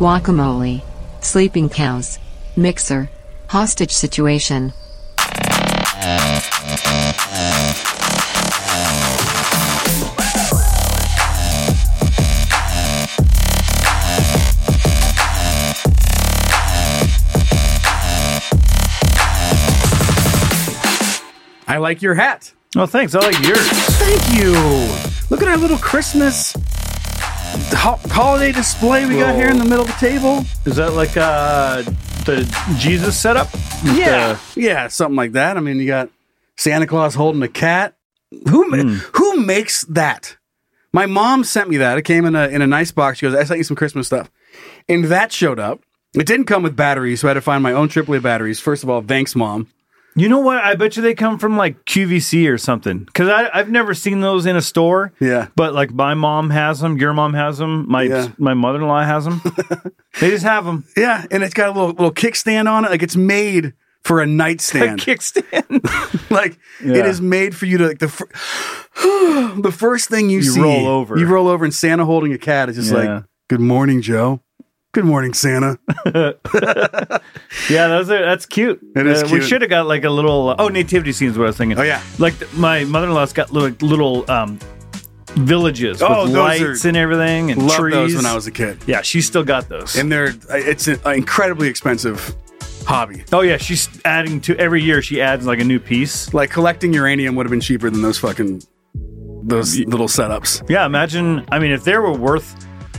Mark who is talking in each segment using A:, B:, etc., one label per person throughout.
A: Guacamole. Sleeping cows. Mixer. Hostage situation.
B: I like your hat.
C: Oh, thanks. I like yours.
B: Thank you. Look at our little Christmas ho- holiday display we got here in the middle of the table.
C: Is that like uh, the Jesus setup? With
B: yeah, something like that. I mean, you got Santa Claus holding a cat. Who ma- who makes that? My mom sent me that. It came in a in a nice box. She goes, "I sent you some Christmas stuff," and that showed up. It didn't come with batteries, so I had to find my own AAA batteries. First of all, thanks, mom.
C: The, you know what? I bet you they come from like QVC or something. Because I've never seen those in a store.
B: Yeah.
C: But like my mom has them. Your mom has them. My
B: Yeah.
C: my mother in law has them. they just have them.
B: Yeah, and it's got a little little kickstand on it. Like it's made for a nightstand.
C: kickstand.
B: like
C: Yeah.
B: it is made for you to like the fir- the first thing you,
C: You
B: see,
C: roll over.
B: You roll over, and Santa holding a cat is just
C: Yeah.
B: like, "Good morning, Joe. Good morning, Santa."
C: yeah, those are, that's cute. Uh,
B: It is
C: We
B: cute.
C: should have got like a little. oh, nativity scenes. What I was thinking.
B: Oh, yeah.
C: Like th- my mother in law's got little, little um, villages
B: Oh,
C: with
B: those are-
C: lights and everything and
B: Loved
C: trees.
B: those when I was a kid,
C: Yeah, she's still got those.
B: and they're it's an incredibly expensive hobby.
C: oh yeah, she's adding to every year. She adds like a new piece.
B: Like collecting uranium would have been cheaper than those fucking those little setups.
C: Yeah, imagine. I mean, if they were worth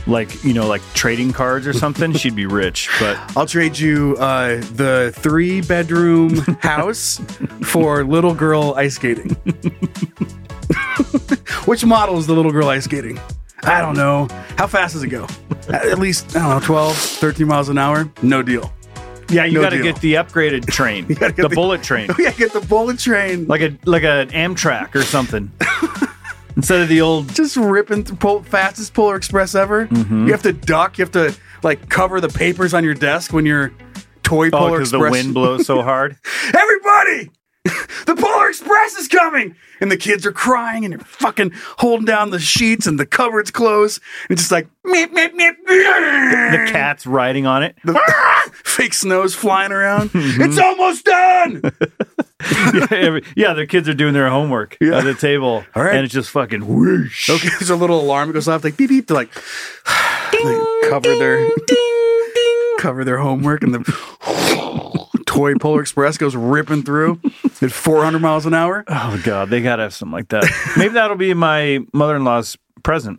C: like you know like trading cards or something, she'd be rich. But
B: I'll trade you uh, the three bedroom house for little girl ice skating. Which model is the little girl ice skating? I don't know. How fast does it go? At least, I don't know, 12, 13 miles an hour? No deal.
C: yeah, you
B: No
C: got to
B: deal.
C: get the upgraded train,
B: gotta get
C: the
B: the- Oh,
C: bullet train.
B: yeah, get the bullet train. Like,
C: like a like an Amtrak or something. Instead of the old
B: just ripping through pull, fastest Polar Express ever.
C: Mm-hmm.
B: You have to duck. You have to, like, cover the papers on your desk when you're toy
C: oh,
B: Polar
C: because the
B: Express.
C: wind blows so hard.
B: Everybody! The Polar Express is coming! And the kids are crying and you're fucking holding down the sheets and the cupboard's closed. And just like, meep, meep, meep,
C: The cat's riding on it.
B: Ah! fake snow's flying around.
C: Mm-hmm.
B: It's almost done!
C: yeah, every- yeah, their kids are doing their homework at the table.
B: All right.
C: and it's just fucking whoosh.
B: okay, there's a little alarm that goes off, like beep, beep. They're like, they cover their cover their homework and the toy Polar Express goes ripping through at 400 miles an hour.
C: Oh god, they gotta have something like that. Maybe that'll be my mother-in-law's present.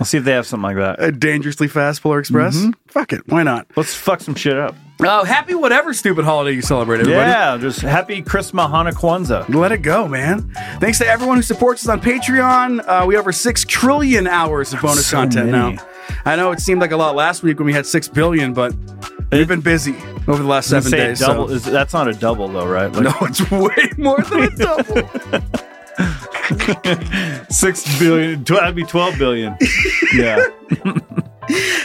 C: I'll see if they have something like that.
B: A dangerously fast Polar Express.
C: Mm-hmm.
B: Fuck it. Why not?
C: Let's fuck some shit up.
B: Oh, happy whatever stupid holiday you celebrate, everybody.
C: Yeah, just happy Christmas Hanukkah.
B: Let it go, man. Thanks to everyone who supports us on Patreon. Uh, we have over 6 trillion hours of bonus
C: Oh, so
B: content
C: many.
B: now. I know it seemed like a lot last week when we had 6 billion, but we've been busy over the last seven
C: Say
B: days.
C: double.
B: so-
C: Is, that's not a double though, right? Like
B: no, it's way more than a double.
C: six billion. Tw- that'd be twelve billion. yeah.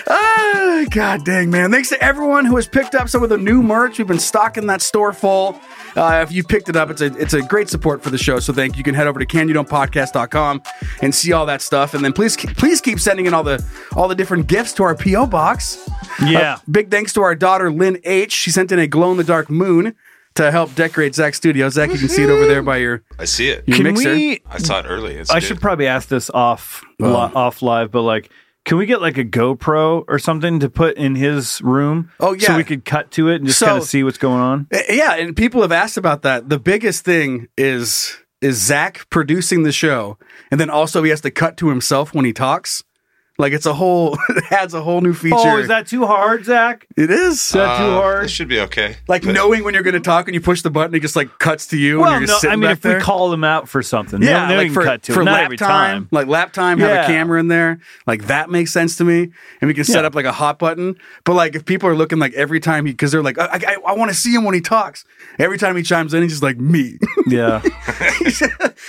B: Ah, God dang, man. Thanks to everyone who has picked up some of the new merch. We've been stocking that store full. Uh, if you picked it up, it's a, it's a great support for the show. So thank you. You can head over to canyoudon'tpodcast.com and see all that stuff. And then please ke- please keep sending in all the all the different gifts to our P.O. box.
C: Yeah.
B: Big thanks to our daughter, Lynn H. She sent in a glow in the dark moon to help decorate Zach's studio. Zach, you can see it over there by your,
D: I see it.
B: your
C: Can
B: mixer.
C: we?
D: I saw it early. It's
C: I
D: good.
C: should probably ask this off li- off live, but like, Can we get like a GoPro or something to put in his room?
B: Oh,
C: so
B: yeah.
C: we could cut to it and just
B: So-
C: kind of see what's going on.
B: Uh, Yeah, and people have asked about that. The biggest thing is is Zach producing the show, and then also he has to cut to himself when he talks. Like it's a whole it adds a whole new feature.
C: Oh, is that Uh, too hard, Zach?
B: it is
C: Is that
E: Uh,
C: too
D: This
C: hard?
D: should be okay.
B: like knowing when you're going to talk and you push the button, it just like cuts to you. and
C: Well,
B: you're just
C: no,
B: sitting
C: I mean,
B: back
C: if
B: there.
C: we call him out for something,
B: yeah,
C: then, then
B: like
C: we can
B: for,
C: cut to
B: for
C: it. Not
B: lap
C: every
B: time,
C: time.
B: like lap time, have
C: Yeah.
B: a camera in there, like that makes sense to me, and we can set
C: Yeah.
B: up like a hot button. But like if people are looking like every time he, because they're like, I, I, I want to see him when he talks. Every time he chimes in, he's just like me.
C: Yeah.
B: and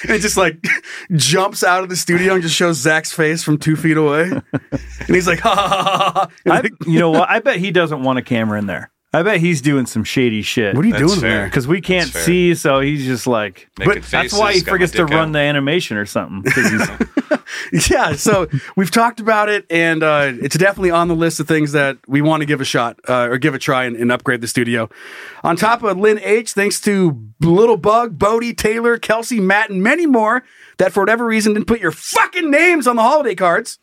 B: it just like jumps out of the studio and just shows Zach's face from two feet away. And he's like, ha ha ha ha. ha. And
C: I,
B: like,
C: you know what? I bet he doesn't want a camera in there. I bet he's doing some shady shit.
B: what are you
D: That's
B: doing
D: fair.
B: there?
C: Because we can't
D: That's fair.
C: see, so he's just like.
D: Making
B: But
C: That's why he
D: faces, got my
C: forgets to
D: dick
C: run
D: out.
C: the animation or something. 'cause he's-
B: Yeah, so we've talked about it, and uh, it's definitely on the list of things that we want to give a shot uh, or give a try and, and upgrade the studio. On top of Lynn H, thanks to Little Bug, Bodie, Taylor, Kelsey, Matt, and many more that for whatever reason didn't put your fucking names on the holiday cards.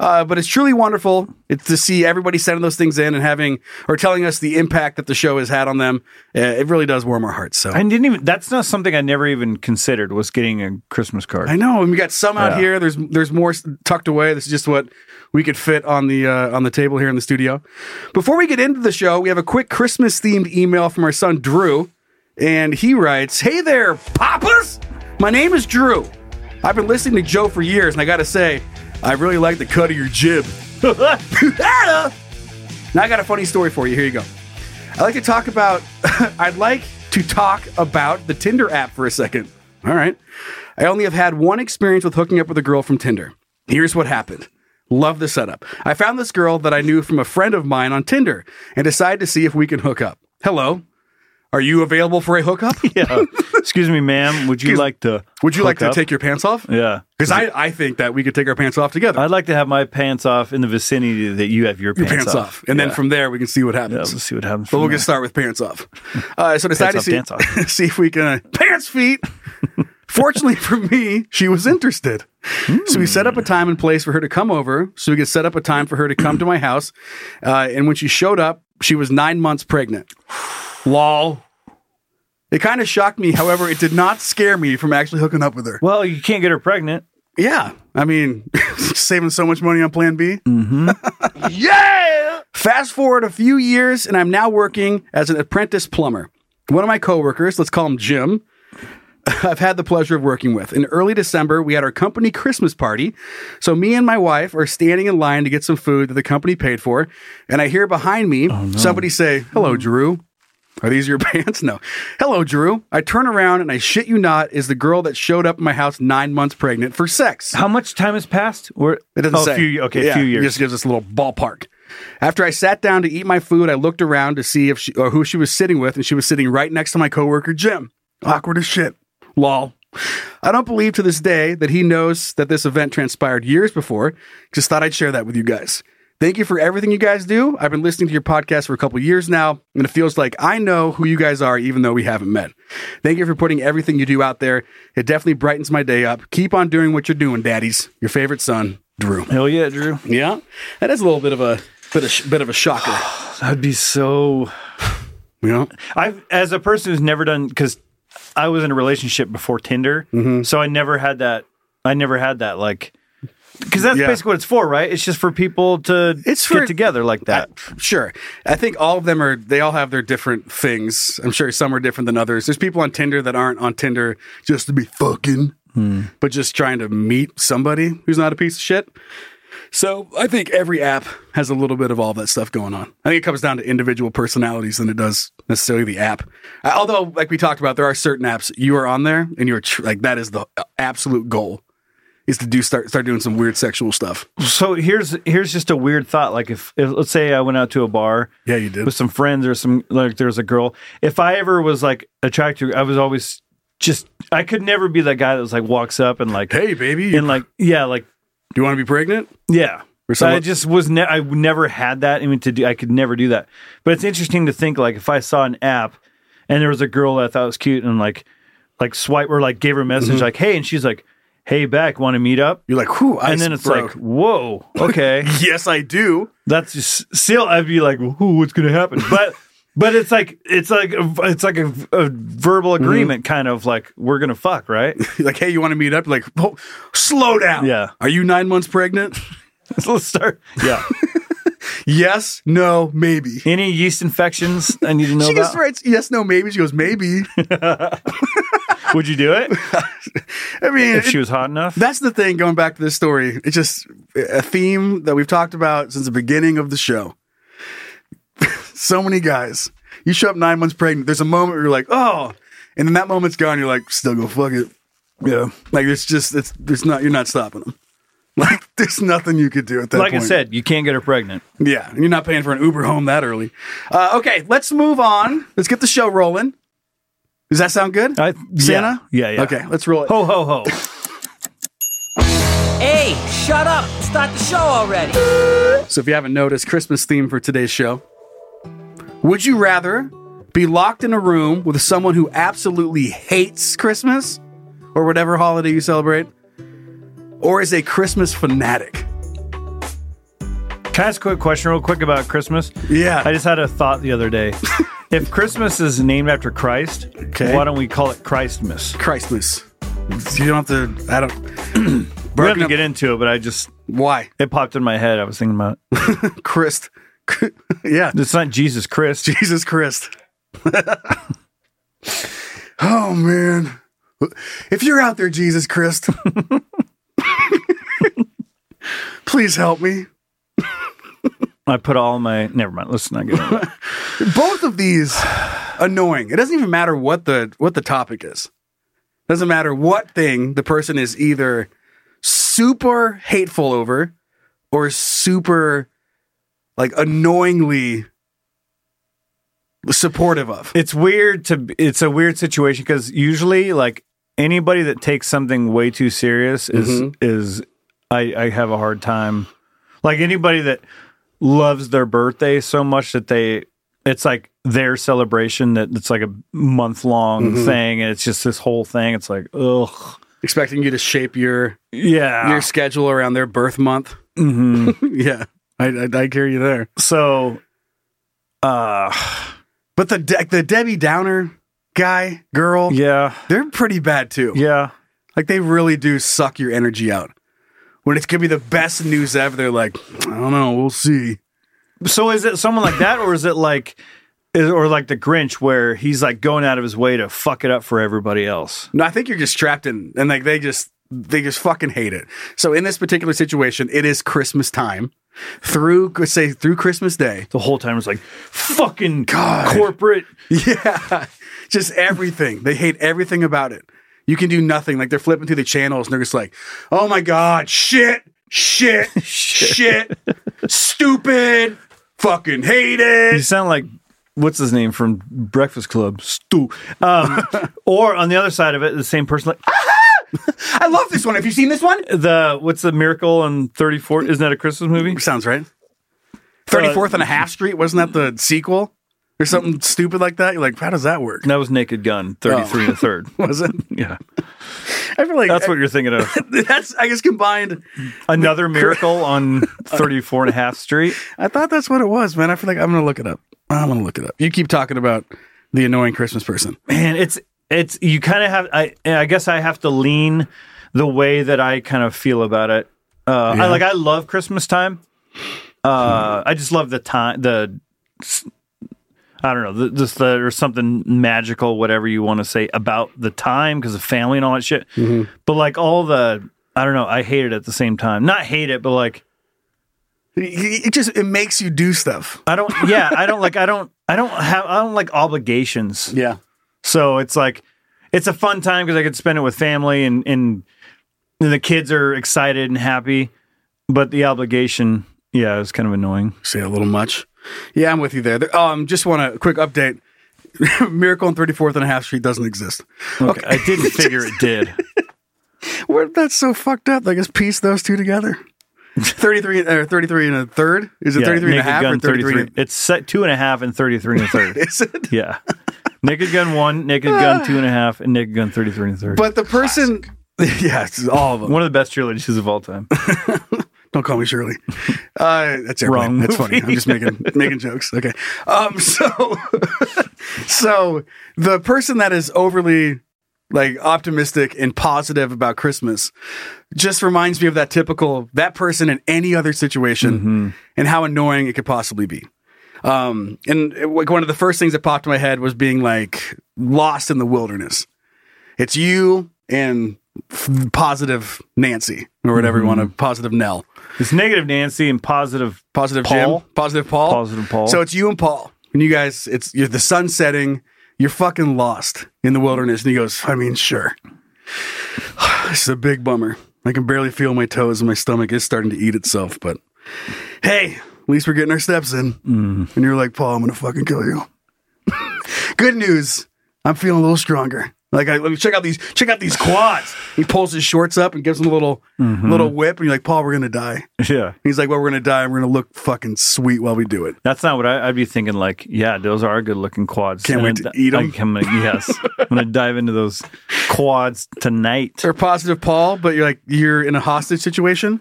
B: Uh, but it's truly wonderful it's to see everybody sending those things in and having or telling us the impact that the show has had on them. Uh, it really does warm our hearts. So
C: I didn't even. That's not something I never even considered was getting a Christmas card.
B: I know, and we got some out
C: Yeah.
B: here. There's there's more s- tucked away. This is just what we could fit on the uh, on the table here in the studio. Before we get into the show, we have a quick Christmas themed email from our son Drew, and he writes, "Hey there, papas. My name is Drew. I've been listening to Joe for years, and I gotta say, I really like the cut of your jib." uh, Now I got a funny story for you. Here you go. I like to talk about. I'd like to talk about the Tinder app for a second. All right. I only have had one experience with hooking up with a girl from Tinder. Here's what happened. Love the setup. I found this girl that I knew from a friend of mine on Tinder and decided to see if we can hook up. Hello. Are you available for a hookup?
C: Yeah. Uh, Excuse me, ma'am. Would you
B: Excuse-
C: like to?
B: Would you like
C: hook
B: to
C: up?
B: take your pants off?
C: Yeah.
B: Because I, I think that we could take our pants off together.
C: I'd like to have my pants off in the vicinity that you have your,
B: Your pants, off. And then from there, we can see what
C: yeah,
B: happens.
C: let's see what happens.
B: But we'll
C: from
B: get
C: there.
B: start with pants off. Uh, so decided
C: off,
B: to
C: dance
B: see,
C: off.
B: see if we can uh, pants feet. Fortunately for me, she was interested. So we set up
C: Hmm.
B: a time and place for her to come over. So we could set up a time for her to come to my house. Uh, and when she showed up, she was nine months pregnant. Lol. It kind of shocked me. However, it did not scare me from actually hooking up with her.
C: Well, you can't get her pregnant.
B: Yeah. I mean, saving so much money on plan B. Mm-hmm. yeah. Fast forward a few years, and I'm now working as an apprentice plumber. One of my coworkers, let's call him Jim, I've had the pleasure of working with. In early December, we had our company Christmas party. So me and my wife are standing in line to get some food that the company paid for, and I hear behind me
C: Oh,
B: somebody say, "Hello,
C: Mm.
B: Drew." Are these your pants? No. Hello, Drew. I turn around and I shit you not is the girl that showed up at my house nine months pregnant for sex.
C: How much time has passed? We're,
B: It doesn't
C: oh,
B: say.
C: A few, okay,
B: Yeah,
C: a few
B: it
C: years.
B: Just gives us a little ballpark. After I sat down to eat my food, I looked around to see if she, or who she was sitting with, and she was sitting right next to my coworker Jim. Awkward as shit. Lol. I don't believe to this day that he knows that this event transpired years before. Just thought I'd share that with you guys. Thank you for everything you guys do. I've been listening to your podcast for a couple years now, and it feels like I know who you guys are, even though we haven't met. Thank you for putting everything you do out there. It definitely brightens my day up. Keep on doing what you're doing, daddies. Your favorite son, Drew.
C: Hell yeah, Drew.
B: Yeah, that is a little bit of a bit of sh- bit of a shocker.
C: That'd be so.
B: You know,
C: I've as a person who's never done because I was in a relationship before Tinder,
B: Mm-hmm.
C: so I never had that. I never had that like because that's
B: Yeah.
C: basically what it's for, right? It's just for people to
B: It's for-
C: get together like that.
B: sure. I think all of them are. They all have their different things. I'm sure some are different than others. There's people on Tinder that aren't on Tinder just to be fucking,
C: Hmm.
B: but just trying to meet somebody who's not a piece of shit. So I think every app has a little bit of all that stuff going on. I think it comes down to individual personalities than it does necessarily the app. Uh, Although, like we talked about, there are certain apps you are on there and you're tr- like that is the uh, absolute goal is to do start start doing some weird sexual stuff.
C: so here's here's just a weird thought. Like if, if let's say I went out to a bar,
B: Yeah, you did.
C: with some friends or some like there was a girl. If I ever was like attracted, to- I was always just I could never be that guy that was like walks up and like
B: hey baby you-
C: and like yeah like
B: do you want to be pregnant
C: yeah.
B: Or
C: So I
B: someone-
C: just was ne- I never had that in me to do. I could never do that. But it's interesting to think like if I saw an app
B: Mm-hmm.
C: and there was a girl that I thought was cute and like like swipe or like gave her a message like hey and she's like hey Beck, want to meet up?
B: You're like, whew, ice
C: and then it's
B: broke.
C: like, whoa, okay.
B: yes, I do.
C: That's just still I'd be like, Ooh, what's gonna happen? But but it's like it's like a- it's like a, a verbal
B: Mm-hmm.
C: agreement, kind of like we're gonna fuck, right?
B: You're like, hey, you want to meet up? You're like, oh, slow down.
C: Yeah.
B: Are you nine months pregnant?
C: So Let's start. Yeah.
B: yes, no, maybe.
C: Any yeast infections I need to know
B: She
C: about?
B: just writes yes, no, maybe. She goes, maybe.
C: Would you do it
B: I mean,
C: if
B: it-
C: she was hot enough?
B: that's the thing. Going back to this story, it's just a theme that we've talked about since the beginning of the show. so many guys, you show up nine months pregnant. There's a moment where you're like, oh, and then that moment's gone. You're like, still go fuck it. Yeah, like it's just it's there's not you're not stopping them. Like there's nothing you could do at that.
C: like
B: point.
C: I said, you can't get her pregnant.
B: Yeah, and you're not paying for an Uber home that early. Uh, okay, let's move on. Let's get the show rolling. Does that sound good?
C: I,
B: Santa?
C: Yeah, yeah. yeah.
B: Okay, let's roll it.
C: Ho ho ho.
D: Hey, shut up! Start the show already!
B: So if you haven't noticed, Christmas theme for today's show. Would you rather be locked in a room with someone who absolutely hates Christmas or whatever holiday you celebrate? Or is a Christmas fanatic?
C: Can I ask a quick question real quick about Christmas?
B: Yeah.
C: I just had a thought the other day. if Christmas is named after Christ,
B: Okay.
C: why don't we call it Christmas?
B: Christmas. You don't have to I don't
C: We're going
B: Broken
C: to
B: up-
C: get into it, but I just,
B: why?
C: it popped in my head. I was thinking about it.
B: Christ. yeah.
C: It's not Jesus Christ.
B: Jesus Christ. oh man. If you're out there, Jesus Christ, please help me.
C: I put all my, never mind. Let's not get into it.
B: Both of these annoying. It doesn't even matter what the what the topic is. Doesn't matter what thing the person is either super hateful over or super like annoyingly supportive of.
C: It's weird to, it's a weird situation because usually, like, anybody that takes something way too serious is, is, I, I have a hard time. Like, anybody that loves their birthday so much that they, it's like their celebration that it's like a month long thing and it's just this whole thing. It's like, ugh.
B: Expecting you to shape your
C: Yeah.
B: your schedule around their birth month. Ah. Mm-hmm. yeah, I, I, I hear you there.
C: So, uh,
B: But the De- the Debbie Downer guy, girl,
C: yeah,
B: they're pretty bad too.
C: yeah.
B: Like they really do suck your energy out. When it could be the best news ever, they're like, I don't know, we'll see.
C: So is it someone like that, or is it like, is, or like the Grinch, where he's like going out of his way to fuck it up for everybody else?
B: No, I think you're just trapped in, and like they just they just fucking hate it. So in this particular situation, it is Christmas time through say through Christmas Day.
C: The whole time it's like fucking
B: God.
C: corporate.
B: Yeah. Just everything. They hate everything about it. You can do nothing. Like they're flipping through the channels and they're just like, oh my God, shit, shit, shit, stupid, fucking hate
C: You
B: it.
C: sound like what's his name from Breakfast Club, Stu. Um, or on the other side of it, the same person, like "Ah!"
B: I love this one. Have you seen this one?
C: the what's the miracle on thirty four? Isn't that a Christmas movie?
B: Sounds right. 34th Uh, and a half street. Wasn't that the sequel? Or something stupid like that? You're like, how does that work?
C: That was Naked Gun, thirty three and a third.
B: Was it?
C: Yeah,
B: I feel like
C: that's what you're thinking of.
B: that's, I guess, combined.
C: Another miracle on 34 and a half street.
B: I thought that's what it was, man. I feel like I'm going to look it up. I'm going to look it up. You keep talking about the annoying Christmas person.
C: man it's it's you kind of have i i guess i have to lean the way that i kind of feel about it uh I, like i love christmas time uh i just love the time the i don't know the, just the or something magical whatever you want to say about the time because of family and all that shit but like all the i don't know i hate it at the same time not hate it but like
B: It it just it makes you do stuff.
C: i don't yeah i don't like i don't i don't have i don't like obligations
B: Yeah.
C: So it's like it's a fun time because I could spend it with family and and the kids are excited and happy, but the obligation, yeah, is kind of annoying.
B: Say a little much. Yeah, I'm with you there. There- Um, just want a quick update. Miracle on 34th and a half Street doesn't exist.
C: Okay, I didn't figure it did.
B: Where that's so fucked up. Like, just piece those two together. 33 or 33 and a third? Is it
C: Yeah,
B: 33 and a
C: Naked
B: half
C: Gun
B: or 33? and-
C: It's set two and a half and thirty three and a third.
B: Is it?
C: yeah, Naked Gun one, Naked Gun two and a half, and Naked Gun thirty three and a third.
B: But the person yeah, it's all of them.
C: One of the best trilogies of all time.
B: Don't call me Shirley. Uh, that's airplane.
C: Wrong
B: That's funny.
C: movie.
B: I'm just making making jokes. Okay. Um. So, so the person that is overly like optimistic and positive about Christmas just reminds me of that typical that person in any other situation
C: Mm-hmm.
B: and how annoying it could possibly be. Um. And it- like one of the first things that popped in my head was being like lost in the wilderness. It's you and f- positive Nancy or whatever you want
C: Mm-hmm.
B: to positive Nell
C: It's negative Nancy and positive
B: positive
C: Paul?
B: Jim, positive Paul,
C: Positive Paul.
B: So it's you and Paul, and you guys. It's you're the sun setting. You're fucking lost in the wilderness, and he goes. I mean, sure. this is a big bummer. I can barely feel my toes, and my stomach is starting to eat itself. But hey, at least we're getting our steps in.
C: Mm-hmm.
B: And you're like, Paul, I'm gonna fucking kill you. Good news, I'm feeling a little stronger. Like, I, let me check out these check out these quads. he pulls his shorts up and gives him a little
C: Mm-hmm.
B: little whip, and you're like, Paul, we're gonna die.
C: Yeah.
B: He's like, well, we're going to die and we're going to look fucking sweet while we do it.
C: That's not what I, I'd be thinking. Like, yeah, those are good looking quads.
B: Can't wait
C: And
B: to
C: I-
B: eat 'em.
C: like, I'm gonna, yes, I'm gonna dive into those quads tonight.
B: They're positive Paul, but you're like, you're in a hostage situation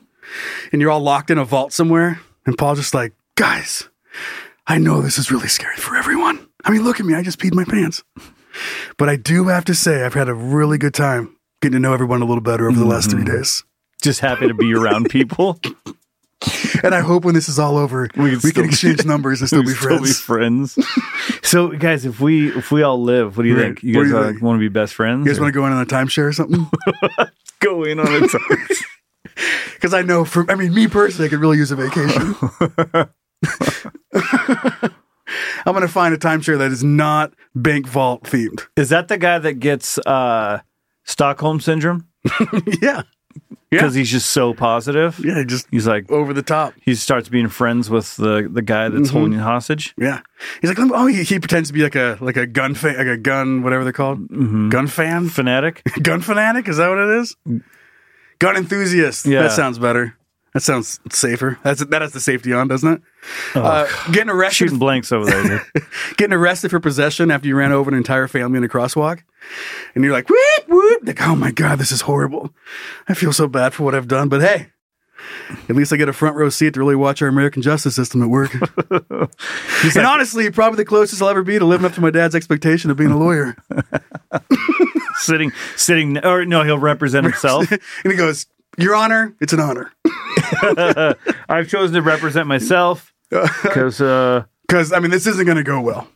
B: and you're all locked in a vault somewhere. And Paul's just like, guys, I know this is really scary for everyone. I mean, look at me. I just peed my pants. But I do have to say, I've had a really good time getting to know everyone a little better over the last three days.
C: Just happy to be around people.
B: And I hope when this is all over, we
C: We
B: can,
C: can still-
B: exchange numbers and still
C: We'll
B: be friends.
C: friends. so, guys, if we if we all live, what do you
B: Right.
C: think? You
B: What do
C: guys
B: you think?
C: want to be best friends?
B: You guys
C: or-
B: want to go in on a timeshare or something?
C: go in on it?
B: Because I know from, I mean, me personally, I could really use a vacation. I'm going to find a timeshare that is not bank vault themed.
C: Is that the guy that gets uh, Stockholm syndrome
B: yeah. Yeah.
C: because he's just so positive?
B: Yeah. Just
C: He's like
B: over the top.
C: he starts being friends with the the guy that's
B: Mm-hmm.
C: holding you hostage.
B: Yeah. He's like, oh, he, he pretends to be like a, like a gun fan, like a gun, whatever they're called. Gun fan?
C: Fanatic.
B: gun fanatic? Is that what it is? Gun enthusiast.
C: Yeah.
B: That sounds better. That sounds safer. That's that has the safety on, doesn't it? Uh, getting arrested
C: Shooting blanks over there. dude.
B: getting arrested for possession after you ran over an entire family in a crosswalk. And you're like, whoop, whoop. Like, oh my God, this is horrible. I feel so bad for what I've done, but hey, at least I get a front row seat to really watch our American justice system at work. and honestly, probably the closest I'll ever be to living up to my dad's expectation of being a lawyer.
C: sitting, sitting, or no, he'll represent himself.
B: and he goes, Your Honor, it's an honor.
C: I've chosen to represent myself because uh,
B: Because, I mean, this isn't going to go well.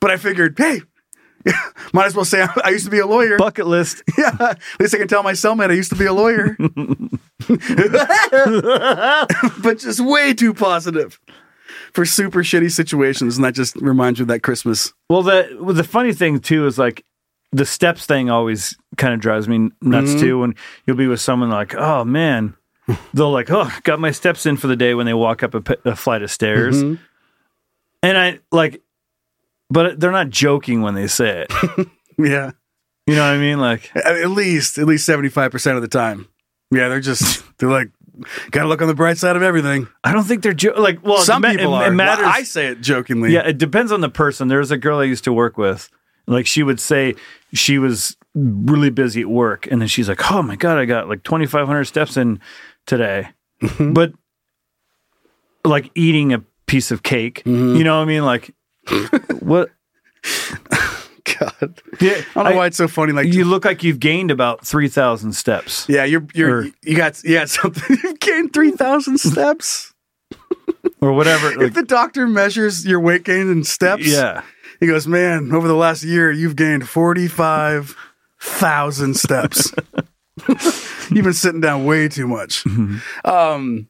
B: but I figured, hey, might as well say I, I used to be a lawyer.
C: bucket list.
B: Yeah, at least I can tell my cellmate I used to be a lawyer. but just way too positive for super shitty situations. And that just reminds you of that Christmas.
C: Well, the well, the funny thing too is like the steps thing always kind of drives me nuts
B: Mm-hmm.
C: too. When you'll be with someone like, oh man, they'll like, oh, got my steps in for the day when they walk up a, p- a flight of stairs,
B: Mm-hmm.
C: and I like, but they're not joking when they say it.
B: Yeah.
C: You know what I mean? Like,
B: At at least, at least 75% of the time. Yeah, they're just, they're like, gotta look on the bright side of everything.
C: I don't think they're jo- like. Well, it
B: Some
C: ma-
B: people
C: it,
B: are.
C: It matters.
B: Well, I say it jokingly.
C: Yeah, it depends on the person. There was a girl I used to work with. Like she would say she was really busy at work, and then she's like, "Oh my god, I got like twenty five hundred steps in today,"
B: Mm-hmm.
C: but like eating a piece of cake.
B: Mm-hmm.
C: You know what I mean? Like what?
B: God.
C: Yeah,
B: I don't know why it's so funny. Like,
C: you look like you've gained about three thousand steps.
B: yeah, you're, you're,
C: Or-
B: you got, you got something. You've gained 3,000 steps.
C: Or whatever.
B: if
C: Like,
B: the doctor measures your weight gain in steps,
C: yeah.
B: He goes, man, over the last year, you've gained 45,000 steps. you've been sitting down way too much. Um,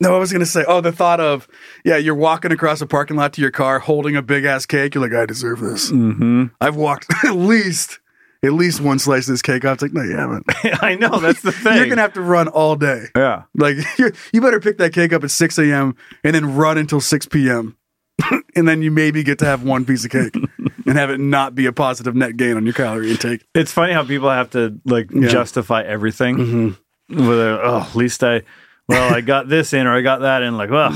B: no, I was going to say, oh, the thought of, yeah, you're walking across a parking lot to your car holding a big ass cake. You're like, I deserve this. I've walked at least, at least one slice of this cake off. It's like, no, you haven't.
C: I know that's the thing.
B: You're going to have to run all day.
C: yeah.
B: Like you, you better pick that cake up at 6 a.m. and then run until 6 p.m. and then you maybe get to have one piece of cake and have it not be a positive net gain on your calorie intake.
C: It's funny how people have to like justify everything.
B: Mm-hmm.
C: Whether oh, at least I, well, I got this in or I got that in. Like, well,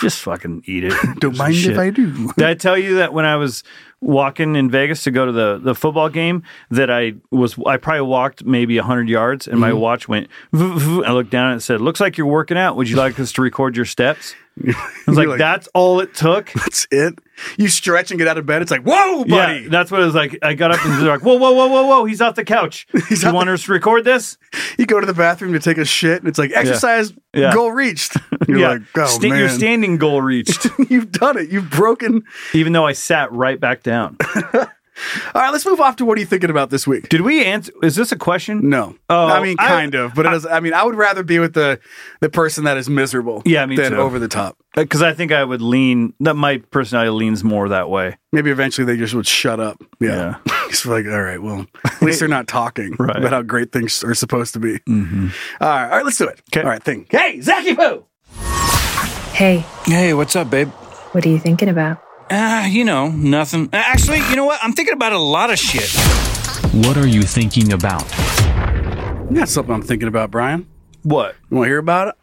C: just fucking eat it.
B: Don't mind if I do.
C: Did I tell you that when I was walking in Vegas to go to the, the football game that I was I probably walked maybe 100 yards and
B: Mm-hmm.
C: my watch went vroom, vroom. I looked down and it said looks like you're working out would you like us to record your steps I was like,
B: You're like-
C: that's all it took
B: That's it. You stretch and get out of bed. It's like, whoa, buddy.
C: yeah that's what it was like I got up and they're like whoa whoa whoa whoa whoa he's off the couch
B: He's
C: you
B: off
C: want us to record this
B: you go to the bathroom to take a shit, and it's like exercise
C: Yeah.
B: goal reached. You're like, oh
C: Sta-
B: man,
C: your standing goal reached
B: you've done it. You've broken.
C: even though I sat right back down
B: All right, let's move off to what are you thinking about this week?
C: did we answer is this a question
B: No,
C: Oh,
B: I mean,
C: I-
B: kind of, but it is, I mean, I would rather be with the the person that is miserable,
C: Yeah, me
B: than
C: too.
B: over the top.
C: because Uh, I think I would lean that my personality leans more that way
B: Maybe eventually they just would shut up. Yeah, just like, all right, well, at least they're not talking
C: Right.
B: about how great things are supposed to be. All right, all right, let's do it.
C: 'Kay.
B: All right, thing. Hey, Zachy Poo.
F: Hey,
G: Hey, what's up, babe?
F: what are you thinking about?
G: Ah, you know, nothing. Actually, you know what? I'm thinking about a lot of shit.
H: What are you thinking about?
B: I got something I'm thinking about, Brian.
C: what
B: You want to hear about it?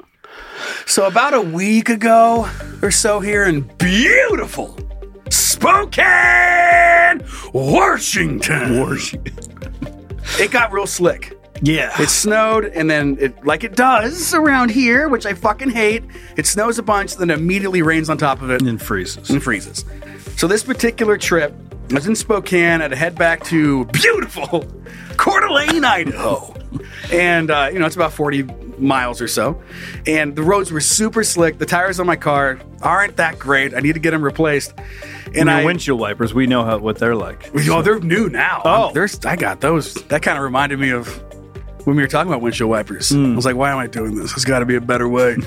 B: So, about a week ago or so, here in beautiful Spokane, Washington, Washington, it got real slick.
C: yeah
B: It snowed, and then it, like it does around here, which I fucking hate. It snows a bunch, then immediately rains on top of it
C: and freezes
B: and freezes. So this particular trip, I was in Spokane. I had to head back to beautiful Coeur d'Alene, Idaho. and, uh, you know, it's about 40 miles or so. And the roads were super slick. The tires on my car aren't that great. I need to get them replaced. And
C: and your
B: I...
C: windshield wipers, we know how, what they're like.
B: Oh, they're new now.
C: Oh.
B: Oh, there's I got those. That kind of reminded me of when we were talking about windshield wipers. I was like, why am I doing this? There's got to be a better way.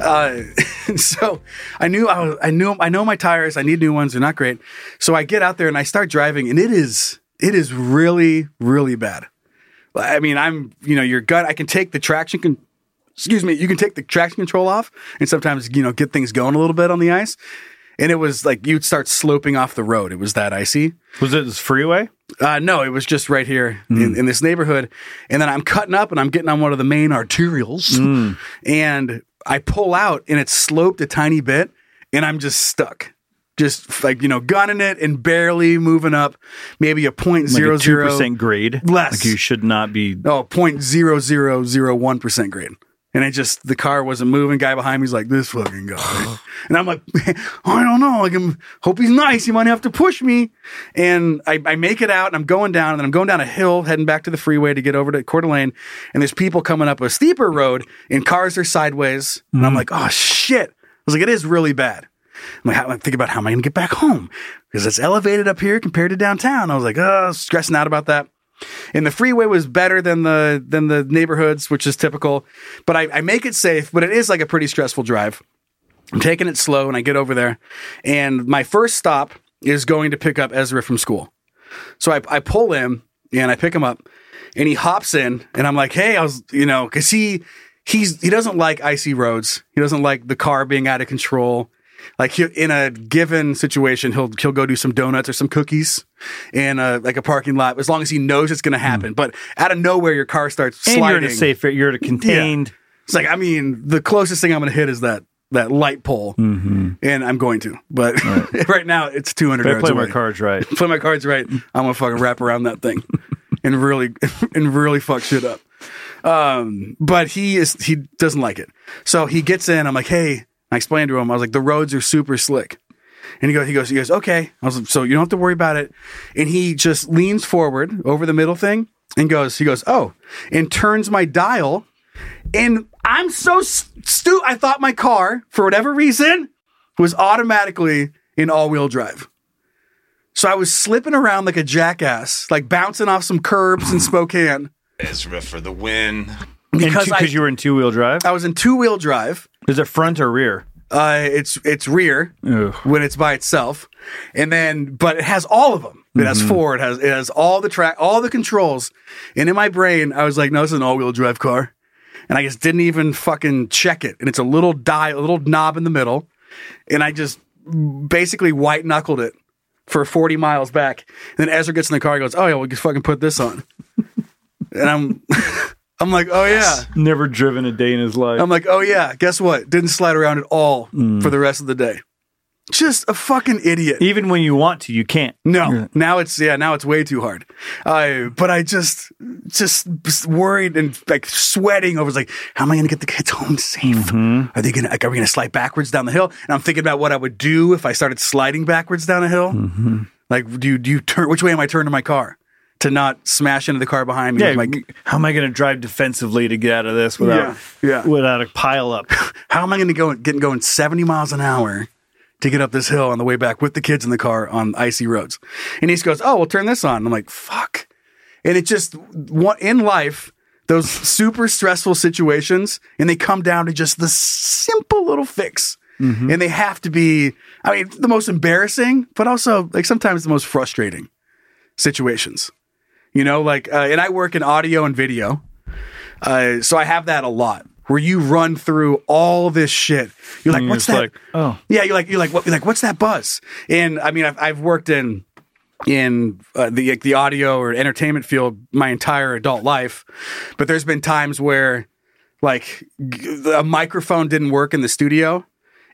B: uh, so I knew I was, I knew I know my tires. I need new ones. They're not great. So I get out there and I start driving, and it is it is really really bad. I mean, I'm you know your gut. I can take the traction con- excuse me, you can take the traction control off and sometimes, you know, get things going a little bit on the ice. And it was like you'd start sloping off the road. It was that icy.
C: Was it this freeway?
B: Uh, no, it was just right here
C: Hmm.
B: in, in this neighborhood. And then I'm cutting up and I'm getting on one of the main arterials.
C: Hmm.
B: And I pull out and it's sloped a tiny bit and I'm just stuck. Just like, you know, gunning it and barely moving up, maybe a point
C: Like
B: zero
C: a
B: zero.
C: percent grade.
B: less.
C: Like you should not be.
B: Oh, point zero zero zero one percent grade. And it just the car wasn't moving. Guy behind me's like, this fucking guy. and I'm like, I don't know. Like, I'm hope he's nice. He might have to push me. And I, I make it out, and I'm going down, and I'm going down a hill, heading back to the freeway to get over to Coeur d'Alene. And there's people coming up a steeper road, and cars are sideways. And I'm like, oh shit. I was like, it is really bad. I'm like, how, I think about how am I going to get back home because it's elevated up here compared to downtown. I was like, oh, stressing out about that. And the freeway was better than the than the neighborhoods, which is typical. But I, I make it safe, but it is like a pretty stressful drive. I'm taking it slow, and I get over there, and my first stop is going to pick up Ezra from school. So I, I pull him and I pick him up, and he hops in, and I'm like, hey, I was, you know, because he he's he doesn't like icy roads. He doesn't like the car being out of control. Like he, in a given situation, he'll he'll go do some donuts or some cookies in a, like a parking lot, as long as he knows it's going to happen. But out of nowhere, your car starts
C: Hmm. And
B: sliding.
C: you're in a safe. area. You're in a contained.
B: It's like I mean, the closest thing I'm going to hit is that that light pole, and I'm going to. But right, now, it's 200
C: Better
B: yards
C: play
B: away.
C: my cards right.
B: Play my cards right. I'm gonna fucking wrap around that thing and really and really fuck shit up. Um, but he is he doesn't like it. So he gets in. I'm like, hey. I explained to him. I was like, the roads are super slick. And he goes, he goes, he goes, okay. I was like, so you don't have to worry about it. And he just leans forward over the middle thing and goes, he goes, oh, and turns my dial. And I'm so stu. I thought my car, for whatever reason, was automatically in all wheel drive. So I was slipping around like a jackass, like bouncing off some curbs in Spokane
E: Ezra for the win.
C: Because
B: because I,
C: you were in two wheel drive.
B: I was in two wheel drive.
C: Is it front or rear?
B: Uh, it's it's rear when it's by itself, and then but it has all of them. It has four. It has it has all the track, all the controls. And in my brain, I was like, "No, this is an all-wheel drive car," and I just didn't even fucking check it. And it's a little dial, a little knob in the middle, and I just basically white knuckled it for forty miles back. And then Ezra gets in the car, and goes, "Oh yeah, we just fucking put this on," and I'm I'm like, "Oh yeah."
C: Never driven a day in his life.
B: I'm like, oh yeah, guess what? Didn't slide around at all for the rest of the day. Just a fucking idiot.
C: Even when you want to, you can't.
B: No, now it's yeah, now it's way too hard. I but I just just worried and like sweating over like how am I going to get the kids home safe? Are they going to like, are we going to slide backwards down the hill? And I'm thinking about what I would do if I started sliding backwards down a hill. Like do you, do you turn which way am I turning my car to not smash into the car behind me?
C: Yeah,
B: with my-
C: how am I going to drive defensively to get out of this without
B: Yeah, yeah.
C: without a pile up?
B: how am I going to go getting going 70 miles an hour to get up this hill on the way back with the kids in the car on icy roads? And he goes, "Oh, we'll turn this on." And I'm like, "Fuck!" And it just what in life those super stressful situations, and they come down to just the simple little fix. And they have to be, I mean, the most embarrassing, but also like sometimes the most frustrating situations. You know, like, uh, and I work in audio and video. Uh, so I have that a lot where you run through all this shit. You're like,
C: And you're
B: what's
C: just
B: that?
C: like, oh.
B: yeah. You're like, you're like, what, you're like, what's that buzz? And I mean, I've, I've worked in, in uh, the, like, the audio or entertainment field my entire adult life, but there's been times where like g- a microphone didn't work in the studio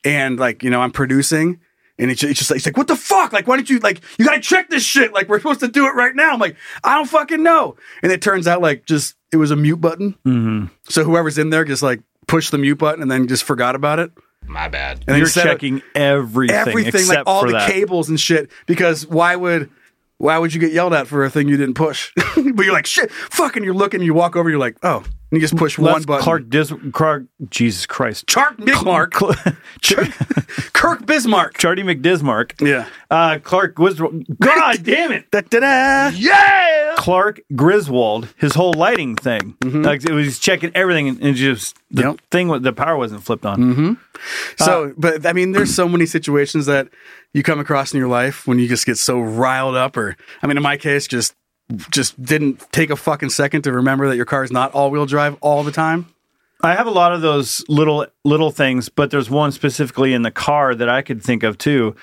B: and like, you know, I'm producing and it's, it's just like, it's like, what the fuck? Like, why don't you, like, you gotta check this shit. Like, we're supposed to do it right now. I'm like, I don't fucking know. And it turns out like just, it was a mute button. Mm-hmm. So whoever's in there just like pushed the mute button and then just forgot about it.
E: My bad.
B: And then
C: You're
B: set up-
C: checking everything,
B: everything,
C: except
B: like all
C: for
B: the
C: that.
B: cables and shit. Because why would why would you get yelled at for a thing you didn't push? but you're like shit, fucking. You're looking, you walk over, you're like, oh, and you just push
C: That's
B: one button.
C: Clark, Dis- Clark, Jesus Christ,
B: Chart Bismarck,
C: Cl-
B: Kirk, Kirk Bismarck.
C: Charlie McDismark.
B: Yeah.
C: Uh, Clark Griswold. God damn it.
B: Da, da, da.
C: Yeah. Clark Griswold, his whole lighting thing. Like it was checking everything and, and just the
B: Mm-hmm. Yep.
C: thing with the power wasn't flipped on. Uh,
B: So, but I mean, there's so many situations that you come across in your life when you just get so riled up, or I mean, in my case, just just didn't take a fucking second to remember that your car is not all wheel drive all the time.
C: I have a lot of those little little things, but there's one specifically in the car that I could think of too.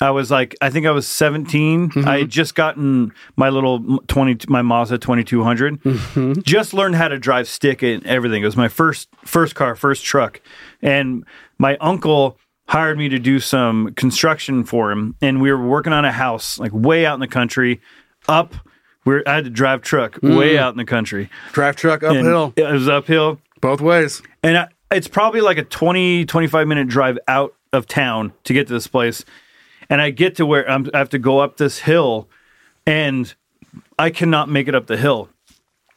C: I was like, I think I was 17. I had just gotten my little 20, my Mazda 2200. Just learned how to drive stick and everything. It was my first first car, first truck, and my uncle hired me to do some construction for him. And we were working on a house, like way out in the country, up. We're, I had to drive truck way out in the country.
B: Drive truck
C: And
B: uphill,
C: It was uphill
B: both ways.
C: and I, it's probably like a 20 25 minute drive out of town to get to this place and i get to where I'm, i have to go up this hill and i cannot make it up the hill